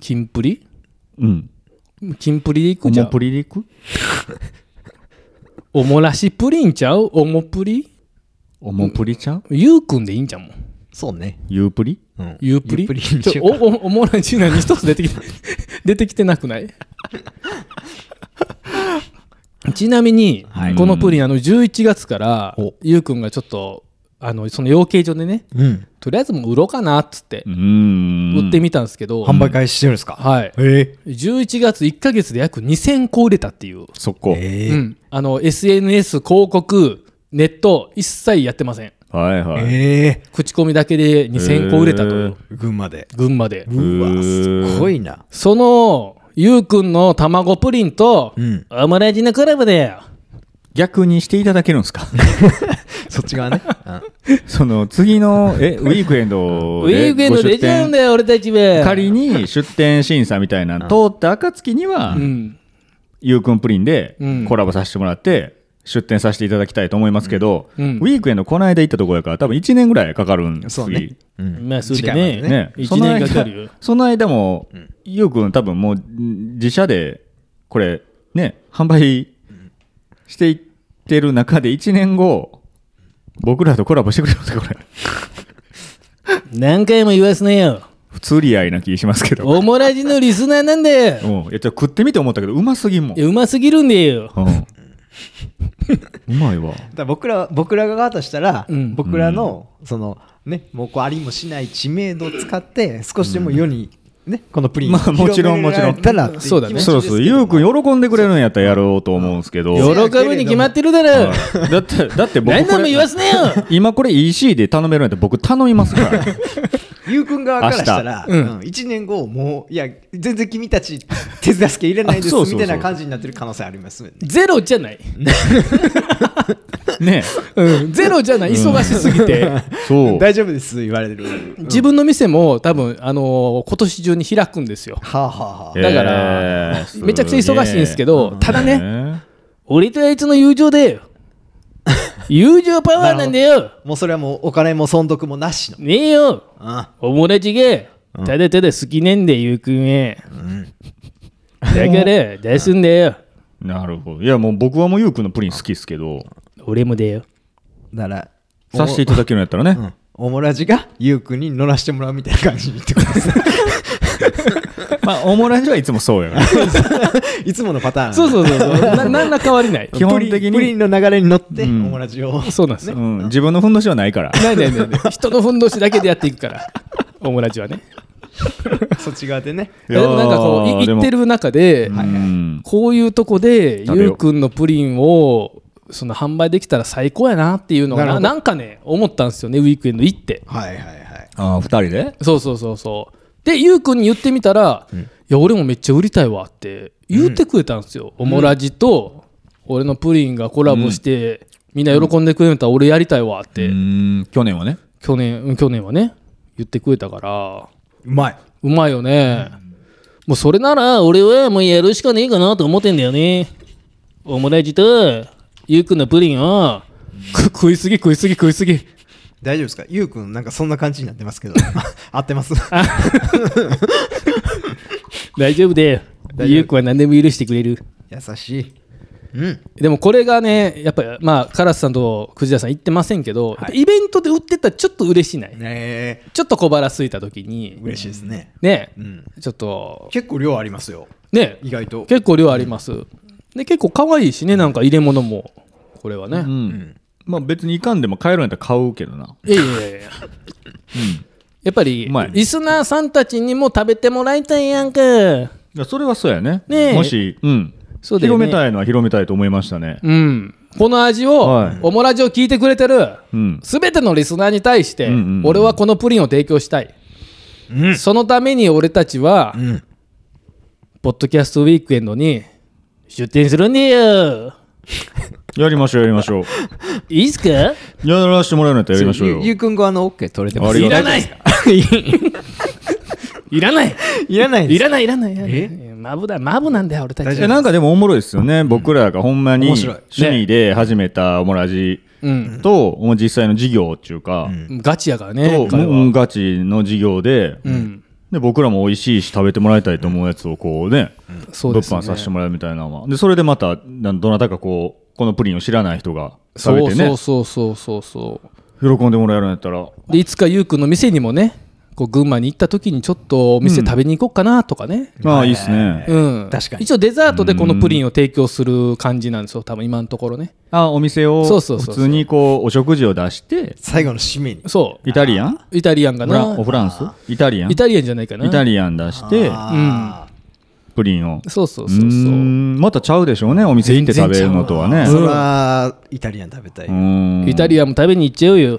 Speaker 3: 金プリ
Speaker 1: うん
Speaker 3: 金プリでい
Speaker 1: お
Speaker 3: くじゃ
Speaker 1: も
Speaker 3: ん
Speaker 1: プリでいく
Speaker 3: おもらしプリンちゃうおもプリ
Speaker 1: おもプリちゃう
Speaker 3: ゆうくんでいいんじゃんもう
Speaker 2: そうね
Speaker 1: ゆうプリ
Speaker 2: うん
Speaker 3: ゆうプリ
Speaker 2: ゆうプリにし
Speaker 3: ち
Speaker 2: よ
Speaker 3: ょお
Speaker 2: うか
Speaker 3: おおもらし何一つ出て きて出てきてなくないちなみに、
Speaker 1: はい
Speaker 3: このプリンあの11月から
Speaker 2: お
Speaker 3: ゆうくんがちょっとあのその養鶏場でね
Speaker 2: うん
Speaker 3: とりあえずもう売ろうかなっつって
Speaker 1: うーん
Speaker 3: 売ってみたんですけど、
Speaker 2: 販売開始してるんですか
Speaker 3: はい
Speaker 2: え
Speaker 3: 11月1か月で約2000個売れたっていう、
Speaker 1: 速攻
Speaker 2: え
Speaker 3: う
Speaker 2: ー
Speaker 3: ん、あの SNS 広告ネット一切やってません
Speaker 1: はいはい
Speaker 2: え
Speaker 3: 口コミだけで2000個売れたという、
Speaker 2: ー群馬で
Speaker 3: 群馬で
Speaker 2: う
Speaker 1: うー
Speaker 2: わすごいな
Speaker 3: そのゆうくんの卵プリンと、
Speaker 2: うん
Speaker 3: オムラジのクラブで
Speaker 1: 逆にしていただけるん ですか
Speaker 2: そっち側ねうん
Speaker 1: その次の えウィークエンド
Speaker 3: ウィークエンド出ちゃうんだよ俺たちは
Speaker 1: 仮に出店審査みたいなの通った暁には、
Speaker 3: うん
Speaker 1: ゆうくんプリンで
Speaker 3: うん
Speaker 1: コラボさせてもらって、出店させていただきたいと思いますけど、
Speaker 3: うんうん
Speaker 1: ウィークエンドこの間行ったところやから多分1年ぐらいかかるん
Speaker 2: そうねうん
Speaker 3: まあそう
Speaker 2: 次
Speaker 3: だ
Speaker 2: 回
Speaker 3: ね
Speaker 2: まで
Speaker 1: ね
Speaker 3: 1年かかるよ
Speaker 1: その間も、ゆうくん多分もうん自社でこれね販売していってる中で1年後僕らとコラボしてくれますかこれ
Speaker 3: 何回も言わすなよ
Speaker 1: 不釣り合いな気しますけど
Speaker 3: オムラジのリスナーなんだよ
Speaker 1: うんいやちょっと食ってみて思ったけどうますぎんもん
Speaker 3: いやうますぎるんだよ
Speaker 1: うん うまいわ
Speaker 2: だから僕ら僕ら側としたら、
Speaker 3: うん
Speaker 2: 僕らのそのねもうこうありもしない知名度を使って少しでも世に、ねこのプリン
Speaker 1: まあもちろん
Speaker 2: 広められたらってい
Speaker 3: そうだ
Speaker 2: 気
Speaker 3: ね
Speaker 2: 持ち
Speaker 1: そうそうゆうくん喜んでくれるんやったらやろうと思うんですけど、
Speaker 3: 喜ぶに決まってるだろ
Speaker 1: はいだってだって僕
Speaker 3: 何
Speaker 1: こ
Speaker 3: 度も
Speaker 1: れ
Speaker 3: 言わす なよ
Speaker 1: 今これ EC で頼めるんやったら僕頼みます から
Speaker 2: ゆうくん側からしたら、
Speaker 3: 明日うん
Speaker 2: うん1年後もういや全然君たち手助けいらないです
Speaker 1: そうそうそう
Speaker 2: みたいな感じになってる可能性ありますよね
Speaker 3: ゼロじゃない、
Speaker 1: ね
Speaker 3: うん、ゼロじゃない忙しすぎて、
Speaker 1: そう
Speaker 2: 大丈夫です言われる
Speaker 3: 自分の店も多分あのー今年中に開くんですよ
Speaker 2: はあはあはあ
Speaker 3: だから
Speaker 1: えーすげえ
Speaker 3: めちゃくちゃ忙しいんですけどただね
Speaker 1: ね
Speaker 3: 俺とあいつの友情 だよ友情パワーなんだよ
Speaker 2: もうそれはもうお金も存続もなしの
Speaker 3: ねえよ
Speaker 2: あ
Speaker 3: お友達がただただ好きなんだよゆうくんは、だから出すんだよ
Speaker 1: なるほどいやもう僕はもうゆうくんのプリン好きですけど
Speaker 3: 俺もだよ
Speaker 2: だから
Speaker 1: させていただけるんやったらね、
Speaker 2: うんオモラジがゆうくんに乗らしてもらうみたいな感じに言ってください
Speaker 1: まあオモラジはいつもそうやから
Speaker 2: いつものパターン
Speaker 3: そうそ うそうそうな何ら変わりない
Speaker 1: 基本的に
Speaker 2: プリンの流れに乗って、
Speaker 1: うん
Speaker 2: オモラジを
Speaker 3: そうなんですよ、
Speaker 1: うん、自分のふんどしはないから
Speaker 3: ないないないない人のふんどしだけでやっていくから オムラジはね
Speaker 2: そっち側でね
Speaker 1: いやー
Speaker 3: でもなんかこうい
Speaker 1: で
Speaker 3: 行
Speaker 1: も
Speaker 3: ってる中で、
Speaker 1: うん
Speaker 3: こういうとこで
Speaker 1: 食べよう
Speaker 3: ゆうくんのプリンをその販売できたら最高やなっていうのが
Speaker 2: なる
Speaker 3: な
Speaker 2: ほど
Speaker 3: なんかね思ったんですよねウィークエンド行って
Speaker 2: はいはいはい
Speaker 1: ああ2人で
Speaker 3: そうそうそうそうでゆうくんに言ってみたら、いや俺もめっちゃ売りたいわって言ってくれたんですよ、オモラジと俺のプリンがコラボして、みんな喜んでくれるんだったら俺やりたいわって、
Speaker 1: うん去年はね
Speaker 3: 去年うん去年はね言ってくれたから
Speaker 2: うまいう
Speaker 3: まいよね、もうそれなら俺はもうやるしかねえかなと思ってんだよねオムライスとゆうくんのプリンをく食いすぎ食いすぎ食いすぎ
Speaker 2: 大丈夫ですかゆうくんなんかそんな感じになっ てますけど合ってます
Speaker 3: 大丈夫だよ
Speaker 2: 大丈夫
Speaker 3: ゆうくんは何でも許してくれる
Speaker 2: 優しいうん。
Speaker 3: でもこれがねやっぱりまあカラスさんと藤田さん行ってませんけど、やっぱイベントで売ってたらちょっと嬉しない、
Speaker 2: ね
Speaker 3: ちょっと小腹空いた時
Speaker 2: え、
Speaker 3: に
Speaker 2: 嬉しいですね。
Speaker 3: ね、
Speaker 2: うん。
Speaker 3: ちょっと
Speaker 2: 結構量ありますよ。
Speaker 3: ね
Speaker 2: 意外と。
Speaker 3: 結構量あります、で結構可愛いしねなんか入れ物もこれはね、
Speaker 1: う。
Speaker 2: うんん。
Speaker 1: まあ別にいかんでも買えるんやったら買うけどな。
Speaker 3: いやいやいやいややっぱり
Speaker 1: うまい
Speaker 3: リスナーさんたちにも食べてもらいたいやんか
Speaker 1: いやそれはそうやね。
Speaker 3: ねえ
Speaker 1: もし、うん。
Speaker 3: そうだよね
Speaker 1: 広めたいのは広めたいと思いましたね。
Speaker 3: うんこの味を、
Speaker 1: はい
Speaker 3: オモラジを聞いてくれてる
Speaker 1: うん。
Speaker 3: すべてのリスナーに対して、
Speaker 1: うんうんうん
Speaker 3: 俺はこのプリンを提供したい、
Speaker 2: うん
Speaker 3: そのために俺たちは、
Speaker 2: うん。
Speaker 3: ポッドキャストウィークエンドに出店するんだよ
Speaker 1: やりましょう、やりましょう。
Speaker 3: いいっすか
Speaker 1: やらせてもらうのやったらやりましょう
Speaker 2: ゆゆ
Speaker 1: よ。
Speaker 2: うくんがあの OK 取れてま
Speaker 1: あ
Speaker 2: す。
Speaker 1: り
Speaker 3: い
Speaker 1: がと
Speaker 3: ら
Speaker 1: う
Speaker 3: ないいらない
Speaker 2: いらないです。
Speaker 3: いらないいらないいらない
Speaker 2: え
Speaker 3: マブだマブなんだよ俺た
Speaker 2: 大
Speaker 3: ち
Speaker 1: いやなんかでもおもろいですよね。僕らがほんまに
Speaker 2: 面白いね
Speaker 1: 趣味で始めたオモラジ
Speaker 3: うん、
Speaker 1: と、もう実際の事業っていうか、
Speaker 3: ガチやから
Speaker 1: と、
Speaker 3: ね彼は
Speaker 1: もうガチの事業で、
Speaker 3: うん
Speaker 1: で僕らも美味しいし食べてもらいたいと思うやつをこうね、
Speaker 3: そう
Speaker 1: 物
Speaker 3: ですね
Speaker 1: 販させてもらうみたいなのはでそれでまたなんどなたかこうこのプリンを知らない人が食べてね
Speaker 3: そうそうそうそうそうそう
Speaker 1: 喜んでもらえるんやったら
Speaker 3: でいつかゆうくんの店にもねこう群馬に行った時にちょっとお店食べに行こうかなとかね、
Speaker 1: まあいいっすね、
Speaker 3: うん
Speaker 2: 確かに
Speaker 3: 一応デザートでこのプリンを提供する感じなんですよ多分今のところね
Speaker 1: あお店を
Speaker 3: そうそうそうそう
Speaker 1: 普通にこうお食事を出して
Speaker 2: 最後の締めに。
Speaker 3: そ
Speaker 1: イタリアン
Speaker 3: うイタリアンか
Speaker 1: フラン
Speaker 3: な
Speaker 1: おフランスイタリアン
Speaker 3: イタリアンじゃないかな
Speaker 1: イタリアン出して
Speaker 2: あ
Speaker 1: プリンを
Speaker 3: そうそうそうそう
Speaker 1: うーんまたちゃうでしょうねお店行って食べるのとは
Speaker 2: ー
Speaker 1: ね
Speaker 2: それはイタリアン食べたい。
Speaker 1: う
Speaker 2: 群
Speaker 1: ーん
Speaker 3: イタリアンも食べに行っちゃうよ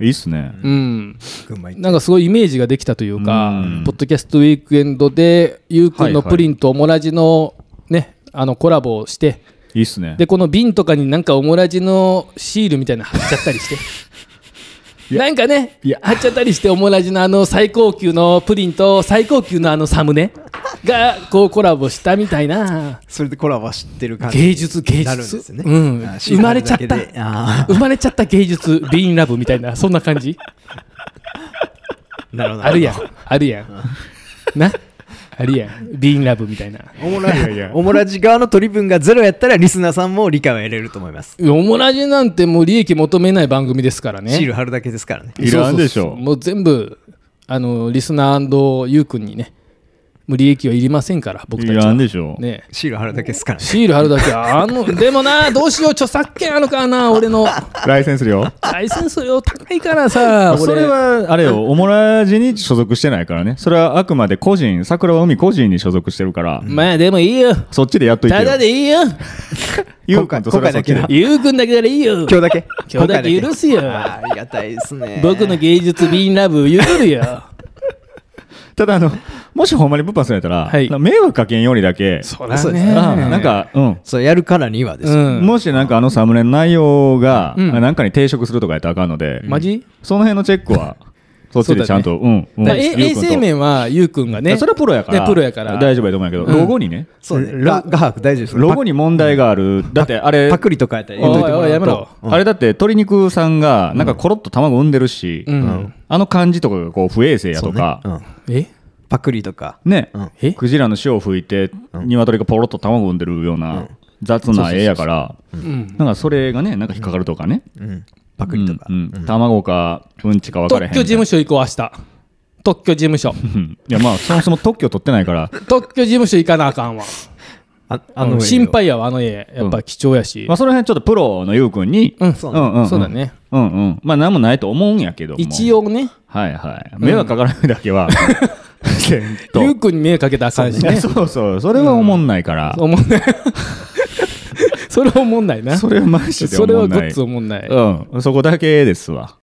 Speaker 1: いいっすね
Speaker 3: うん
Speaker 2: 馬行って。
Speaker 3: なんかすごいイメージができたというか、
Speaker 1: うん
Speaker 3: ポッドキャストウィークエンドでゆうくんのプリンとオモラジのねあのコラボをして
Speaker 1: いいっすね
Speaker 3: でこの瓶とかになんかオモラジのシールみたいなの貼っちゃったりしてなんかね
Speaker 1: いや
Speaker 3: 貼っちゃったりしてオモラジのあの最高級のプリンと最高級のあのサムネがこうコラボしたみたいな
Speaker 2: それでコラボは知ってる感じ。
Speaker 3: 芸術芸術
Speaker 2: なるんですね。
Speaker 3: うん
Speaker 2: あーシーズン
Speaker 3: 生まれちゃった
Speaker 2: だけであ
Speaker 3: 生まれちゃった芸術ビーンラブみたいなそんな感じ
Speaker 2: ーなるほど。
Speaker 3: あるやんあるやんなあるやんビーンラブみたいな
Speaker 2: おもら
Speaker 1: いやいや
Speaker 2: オモラジ側の取り分がゼロやったらリスナーさんも理解を得れると思います。
Speaker 3: オモラジなんてもう利益求めない番組ですからね
Speaker 2: シール貼るだけですからね。
Speaker 1: いらんでしょ
Speaker 3: そうそうそうもう全部あのリスナーゆうくんにねもう利益はいりませんから僕
Speaker 1: い
Speaker 3: たちは
Speaker 1: らんでしょう
Speaker 3: ね
Speaker 2: シール貼るだけですからね。
Speaker 3: シール貼るだけあ のでもなどうしよう著作権あるからな俺の
Speaker 1: ライセンス料
Speaker 3: ライセンス料高いからさ俺
Speaker 1: それはあれよオモラジに所属してないからねそれはあくまで個人桜は海個人に所属してるから
Speaker 3: まあでもいいよ
Speaker 1: そっちでやっといてよ
Speaker 3: ただでいいよ
Speaker 1: ゆうくんとそれはそっちで
Speaker 2: 今回
Speaker 3: ゆうくんだけならいいよ
Speaker 2: 今日だけ
Speaker 3: 今日だけ許すよ
Speaker 2: あーありがたいですね。
Speaker 3: 僕の芸術ビンラブ許るよ
Speaker 1: ただあのもしほんまに物販するんやったら、
Speaker 3: はい
Speaker 1: なんか迷惑かけんようにだけ
Speaker 3: そ
Speaker 2: らね
Speaker 1: あなんかうん
Speaker 2: そうやるからにはです
Speaker 3: う
Speaker 2: よ。
Speaker 3: ん
Speaker 1: もしなんかあのサムネの内容が、
Speaker 3: うん
Speaker 1: なんかに抵触するとかやったらあかんので、
Speaker 3: マジ
Speaker 1: その辺のチェックはそっちでちゃんとう,、ん、うん、
Speaker 3: だからえ衛生面はゆうくんが
Speaker 1: ね
Speaker 3: ね
Speaker 1: それはプロやから
Speaker 3: ねプロやから
Speaker 1: 大丈夫やと思うんやけど、ロゴにね
Speaker 2: そうね。ラ画伯大丈夫です。
Speaker 1: ロゴに問題があるだってあれ
Speaker 2: パクリとかやったら
Speaker 1: 言うといてもらうと
Speaker 3: おいおいやめろ
Speaker 1: あれだって鶏肉さんがなんかコロッと卵産んでるし、
Speaker 3: うん
Speaker 1: あの感じとかがこう不衛生やとか
Speaker 2: そうね
Speaker 3: え
Speaker 2: うんパクリとか。
Speaker 1: ね
Speaker 2: うん
Speaker 3: え
Speaker 1: クジラの塩を吹いて鶏がポロッと卵産んでるような雑な絵やから
Speaker 3: うん
Speaker 1: なんかそれがねなんか引っかかるとかね、
Speaker 2: うんパクリとか
Speaker 1: う。んうん卵かうんちか分か
Speaker 3: 特
Speaker 1: れへん
Speaker 3: 許事務所行こう明日特許事務所
Speaker 1: うんいやまあそもそも特許取ってないから、
Speaker 3: 特許事務所行かなあかんわ
Speaker 2: あ
Speaker 3: あ
Speaker 2: あの
Speaker 3: の心。配やわあの家やっぱ貴重やし
Speaker 1: まあ、その辺ちょっとプロのゆうくんに、
Speaker 3: うん
Speaker 2: そううん
Speaker 1: うんうん
Speaker 3: そうだね
Speaker 1: うんうんまあ何もないと思うんやけども
Speaker 3: 一応ね
Speaker 1: はいはい迷惑かからないだけは、 せんと
Speaker 3: ゆうくんに迷惑かけたらあかんし
Speaker 1: いや
Speaker 3: ね
Speaker 1: そうそうそれは思んないから、
Speaker 3: おもんない それおもんないな
Speaker 1: それはマジで
Speaker 3: それ
Speaker 1: 思
Speaker 3: は
Speaker 1: ん
Speaker 3: グ
Speaker 1: ない
Speaker 3: ッズおもんない
Speaker 1: うんそこだけですわ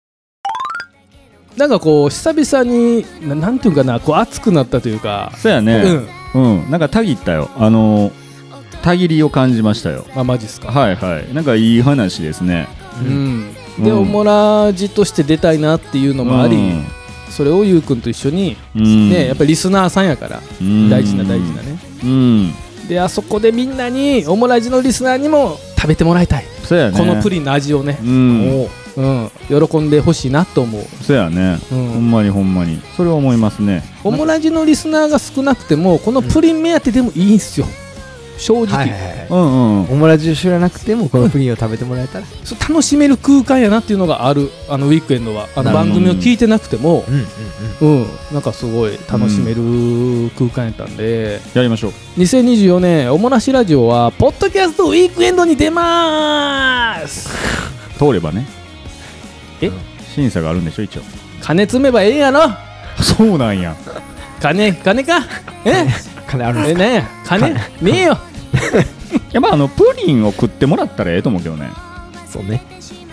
Speaker 3: なんかこう久々にななんていうかなこう熱くなったというか
Speaker 1: そうやね
Speaker 3: うん
Speaker 1: うん、なんかたぎったよあのたぎりを感じましたよ
Speaker 3: まあマジっすか
Speaker 1: はいはいなんかいい話ですね
Speaker 3: うんで
Speaker 1: うん
Speaker 3: オモラジとして出たいなっていうのもあり
Speaker 1: うん
Speaker 3: それをゆうくんと一緒に
Speaker 1: うん
Speaker 3: ねやっぱりリスナーさんやから
Speaker 1: うん
Speaker 3: 大事な大事なね
Speaker 1: うん
Speaker 3: であそこでみんなにオモラジのリスナーにも食べてもらいたい、
Speaker 1: そうやね
Speaker 3: このプ
Speaker 1: リ
Speaker 3: リンの味をね、
Speaker 1: うん
Speaker 2: おう
Speaker 3: うん、喜んでほしいなと思う、
Speaker 1: そうやね、
Speaker 3: うん
Speaker 1: ほんまにほんまにそれは思いますね
Speaker 3: オモラジのリスナーが少なくてもこのプリン目当てでもいいんすよ、正直、
Speaker 2: はいはいはい
Speaker 1: うんうん
Speaker 2: オムラジュ知らなくてもこのプリンを食べてもらえたら、
Speaker 3: そう楽しめる空間やなっていうのがあるあのウィークエンドはあの
Speaker 1: なるほ
Speaker 3: 番
Speaker 1: ど
Speaker 3: 組を聞いてなくても、
Speaker 2: うんうんうん、
Speaker 3: うん、なんかすごい楽しめる空間やったんで、
Speaker 1: やりましょう
Speaker 3: 2024年おもらしラジオはポッドキャストウィークエンドに出まーす
Speaker 1: 通ればね
Speaker 3: え
Speaker 1: 審査があるんでしょ一応
Speaker 3: 金積めばええんやろ
Speaker 1: そうなんや
Speaker 3: 金金 かえ
Speaker 2: 金あるんで
Speaker 3: え
Speaker 2: すか
Speaker 3: なんや金ねえよ
Speaker 1: いやまああのプリンを食ってもらったらええと思うけどね
Speaker 2: そうね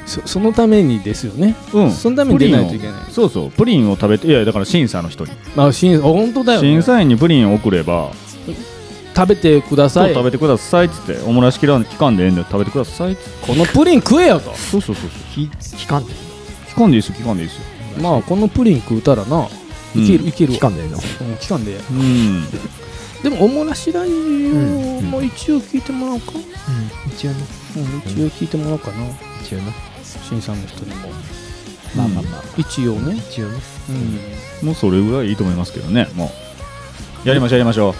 Speaker 3: そそのためにですよね
Speaker 1: うん
Speaker 3: そのために出ないといけない
Speaker 1: プリンをそうそうプリンを食べていやだから審査の人に、
Speaker 3: まあ審査本当だよ、ね、
Speaker 1: 審
Speaker 3: 食
Speaker 1: 査員にプリンを送れば
Speaker 3: べてくだ
Speaker 1: そ
Speaker 3: さ
Speaker 1: う
Speaker 3: い
Speaker 1: 食べてくださいっつっておもらし期間期間でええんで食べてくださいっつって
Speaker 3: このプリン食えよと
Speaker 1: そうそうそうそ
Speaker 2: き期間で
Speaker 1: う期間でいいですよ期間でいいですよ
Speaker 3: まあこのプリン食うたらな
Speaker 1: うん
Speaker 3: いける、いけるわ
Speaker 2: 期間での
Speaker 3: うん期間で
Speaker 1: うん
Speaker 3: でもおもらしラジオ
Speaker 2: ん
Speaker 3: も一応聞いてもらおうか、
Speaker 2: 一応ね
Speaker 3: うん一応聞いてもらおうかな
Speaker 2: 一応ね
Speaker 3: 審査の人にも
Speaker 2: まあまあまあ、
Speaker 3: 一応ね
Speaker 2: 一応ね
Speaker 3: うん
Speaker 1: もうそれぐらいいいと思いますけどねもうやりましょうやりましょう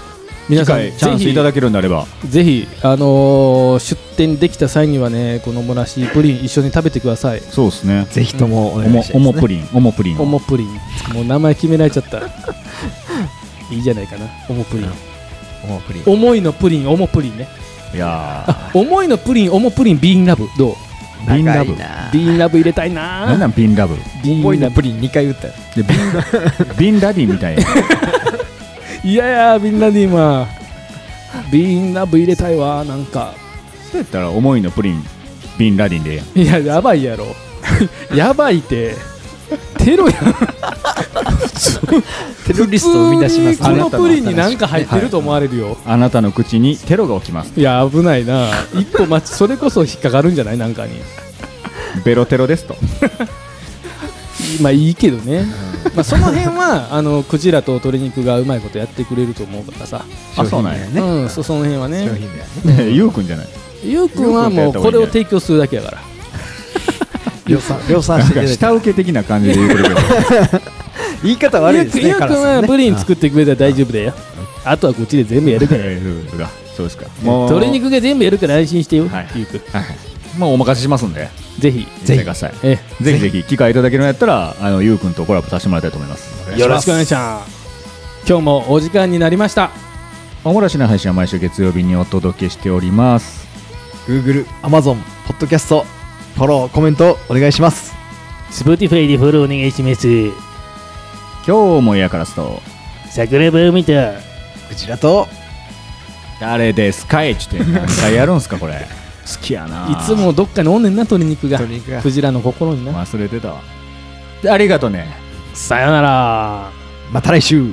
Speaker 1: 次
Speaker 3: 皆さ
Speaker 1: 回
Speaker 3: ん
Speaker 1: チャンスいただけるんであれば
Speaker 3: ぜひ、あのー出店できた際にはねこのもらしプリン一緒に食べてください
Speaker 1: そうですね
Speaker 2: ぜひともお
Speaker 1: お
Speaker 2: 願い
Speaker 1: も
Speaker 2: し
Speaker 1: お
Speaker 2: ま
Speaker 1: も
Speaker 2: す、
Speaker 1: プリンおもプリン
Speaker 3: オモプリンもう名前決められちゃった いいじゃないかなオモプリン
Speaker 2: おもプリン
Speaker 3: 思いのプリンオモプリンね
Speaker 1: いやー
Speaker 3: あ思いのプリンオモプリンビーンラブどう
Speaker 1: ビンラブ
Speaker 2: 長いな
Speaker 3: ビーンラブ入れたい
Speaker 1: なん
Speaker 3: な
Speaker 1: なんビンラブ
Speaker 3: ビ
Speaker 2: 重い
Speaker 3: ーン
Speaker 2: な
Speaker 3: ラブ
Speaker 2: プリン2回打ったよ
Speaker 1: でビンラ ビンラディみたいない
Speaker 3: やいやビーンラディマビーンラブ入れたいわなんか
Speaker 1: そうやったら思いのプリンビンラディンでええやん
Speaker 3: いややばい やろやばいってテロやん
Speaker 2: テロリストを生み出します
Speaker 3: 普通にこのプリンに何か入って
Speaker 2: は
Speaker 3: る
Speaker 2: い
Speaker 3: と思われるよ、
Speaker 1: あなたの口にテロが起きます
Speaker 3: いや危ないな一歩待ちそれこそ引っかかるんじゃないなんかに
Speaker 1: ベロテロですと
Speaker 3: まあいいけどね、まあ、その辺は あのクジラと鶏肉がうまいことやってくれると思うからさ、
Speaker 1: あそうなんや
Speaker 2: ね
Speaker 3: うんそその辺はね
Speaker 2: 商品名はね
Speaker 1: ゆうくんじゃない
Speaker 3: ゆうくんはもうこれを提供するだけやから
Speaker 2: 量産量産
Speaker 1: な
Speaker 2: し
Speaker 1: んか
Speaker 2: ていただいて
Speaker 1: 下請け的な感じで言うてるけど
Speaker 2: 言い方悪
Speaker 3: ゆ
Speaker 2: いうです
Speaker 3: くん
Speaker 2: ね
Speaker 3: ゆうくん
Speaker 2: カラス
Speaker 3: は
Speaker 2: ね
Speaker 3: プリン作ってくれたら大丈夫だよあとはこっちで全部やるから
Speaker 1: えーそうかそうですかもう
Speaker 3: 鶏肉が全部やるから安心してよ、
Speaker 1: はい
Speaker 3: ゆうくん
Speaker 1: はいまあお任せしますんで
Speaker 3: ぜひ
Speaker 1: ぜひください
Speaker 3: え
Speaker 1: ぜひぜひ機会いただけるのやったらあのゆうくんとコラボさせてもらいたいと思います
Speaker 3: えよろしくお願いします今日もお時間になりました
Speaker 1: おもらしの配信は毎週月曜日にお届けしております。
Speaker 2: Google、Amazon、ポッドキャスト、フォロー、コメントお願いします。
Speaker 5: Spotify でフォローお願いします。
Speaker 1: 今日もやからすと、
Speaker 5: 桜庭を見た。
Speaker 2: クジラと、
Speaker 1: 誰ですかいちょっと何回やるんすかこれ。好きやな。
Speaker 3: いつ。もどっかにおんねんな鶏肉が
Speaker 2: 鶏肉が
Speaker 3: クジラの心にな
Speaker 1: 忘れてたわ。ありがとね。
Speaker 3: さよなら
Speaker 2: また来週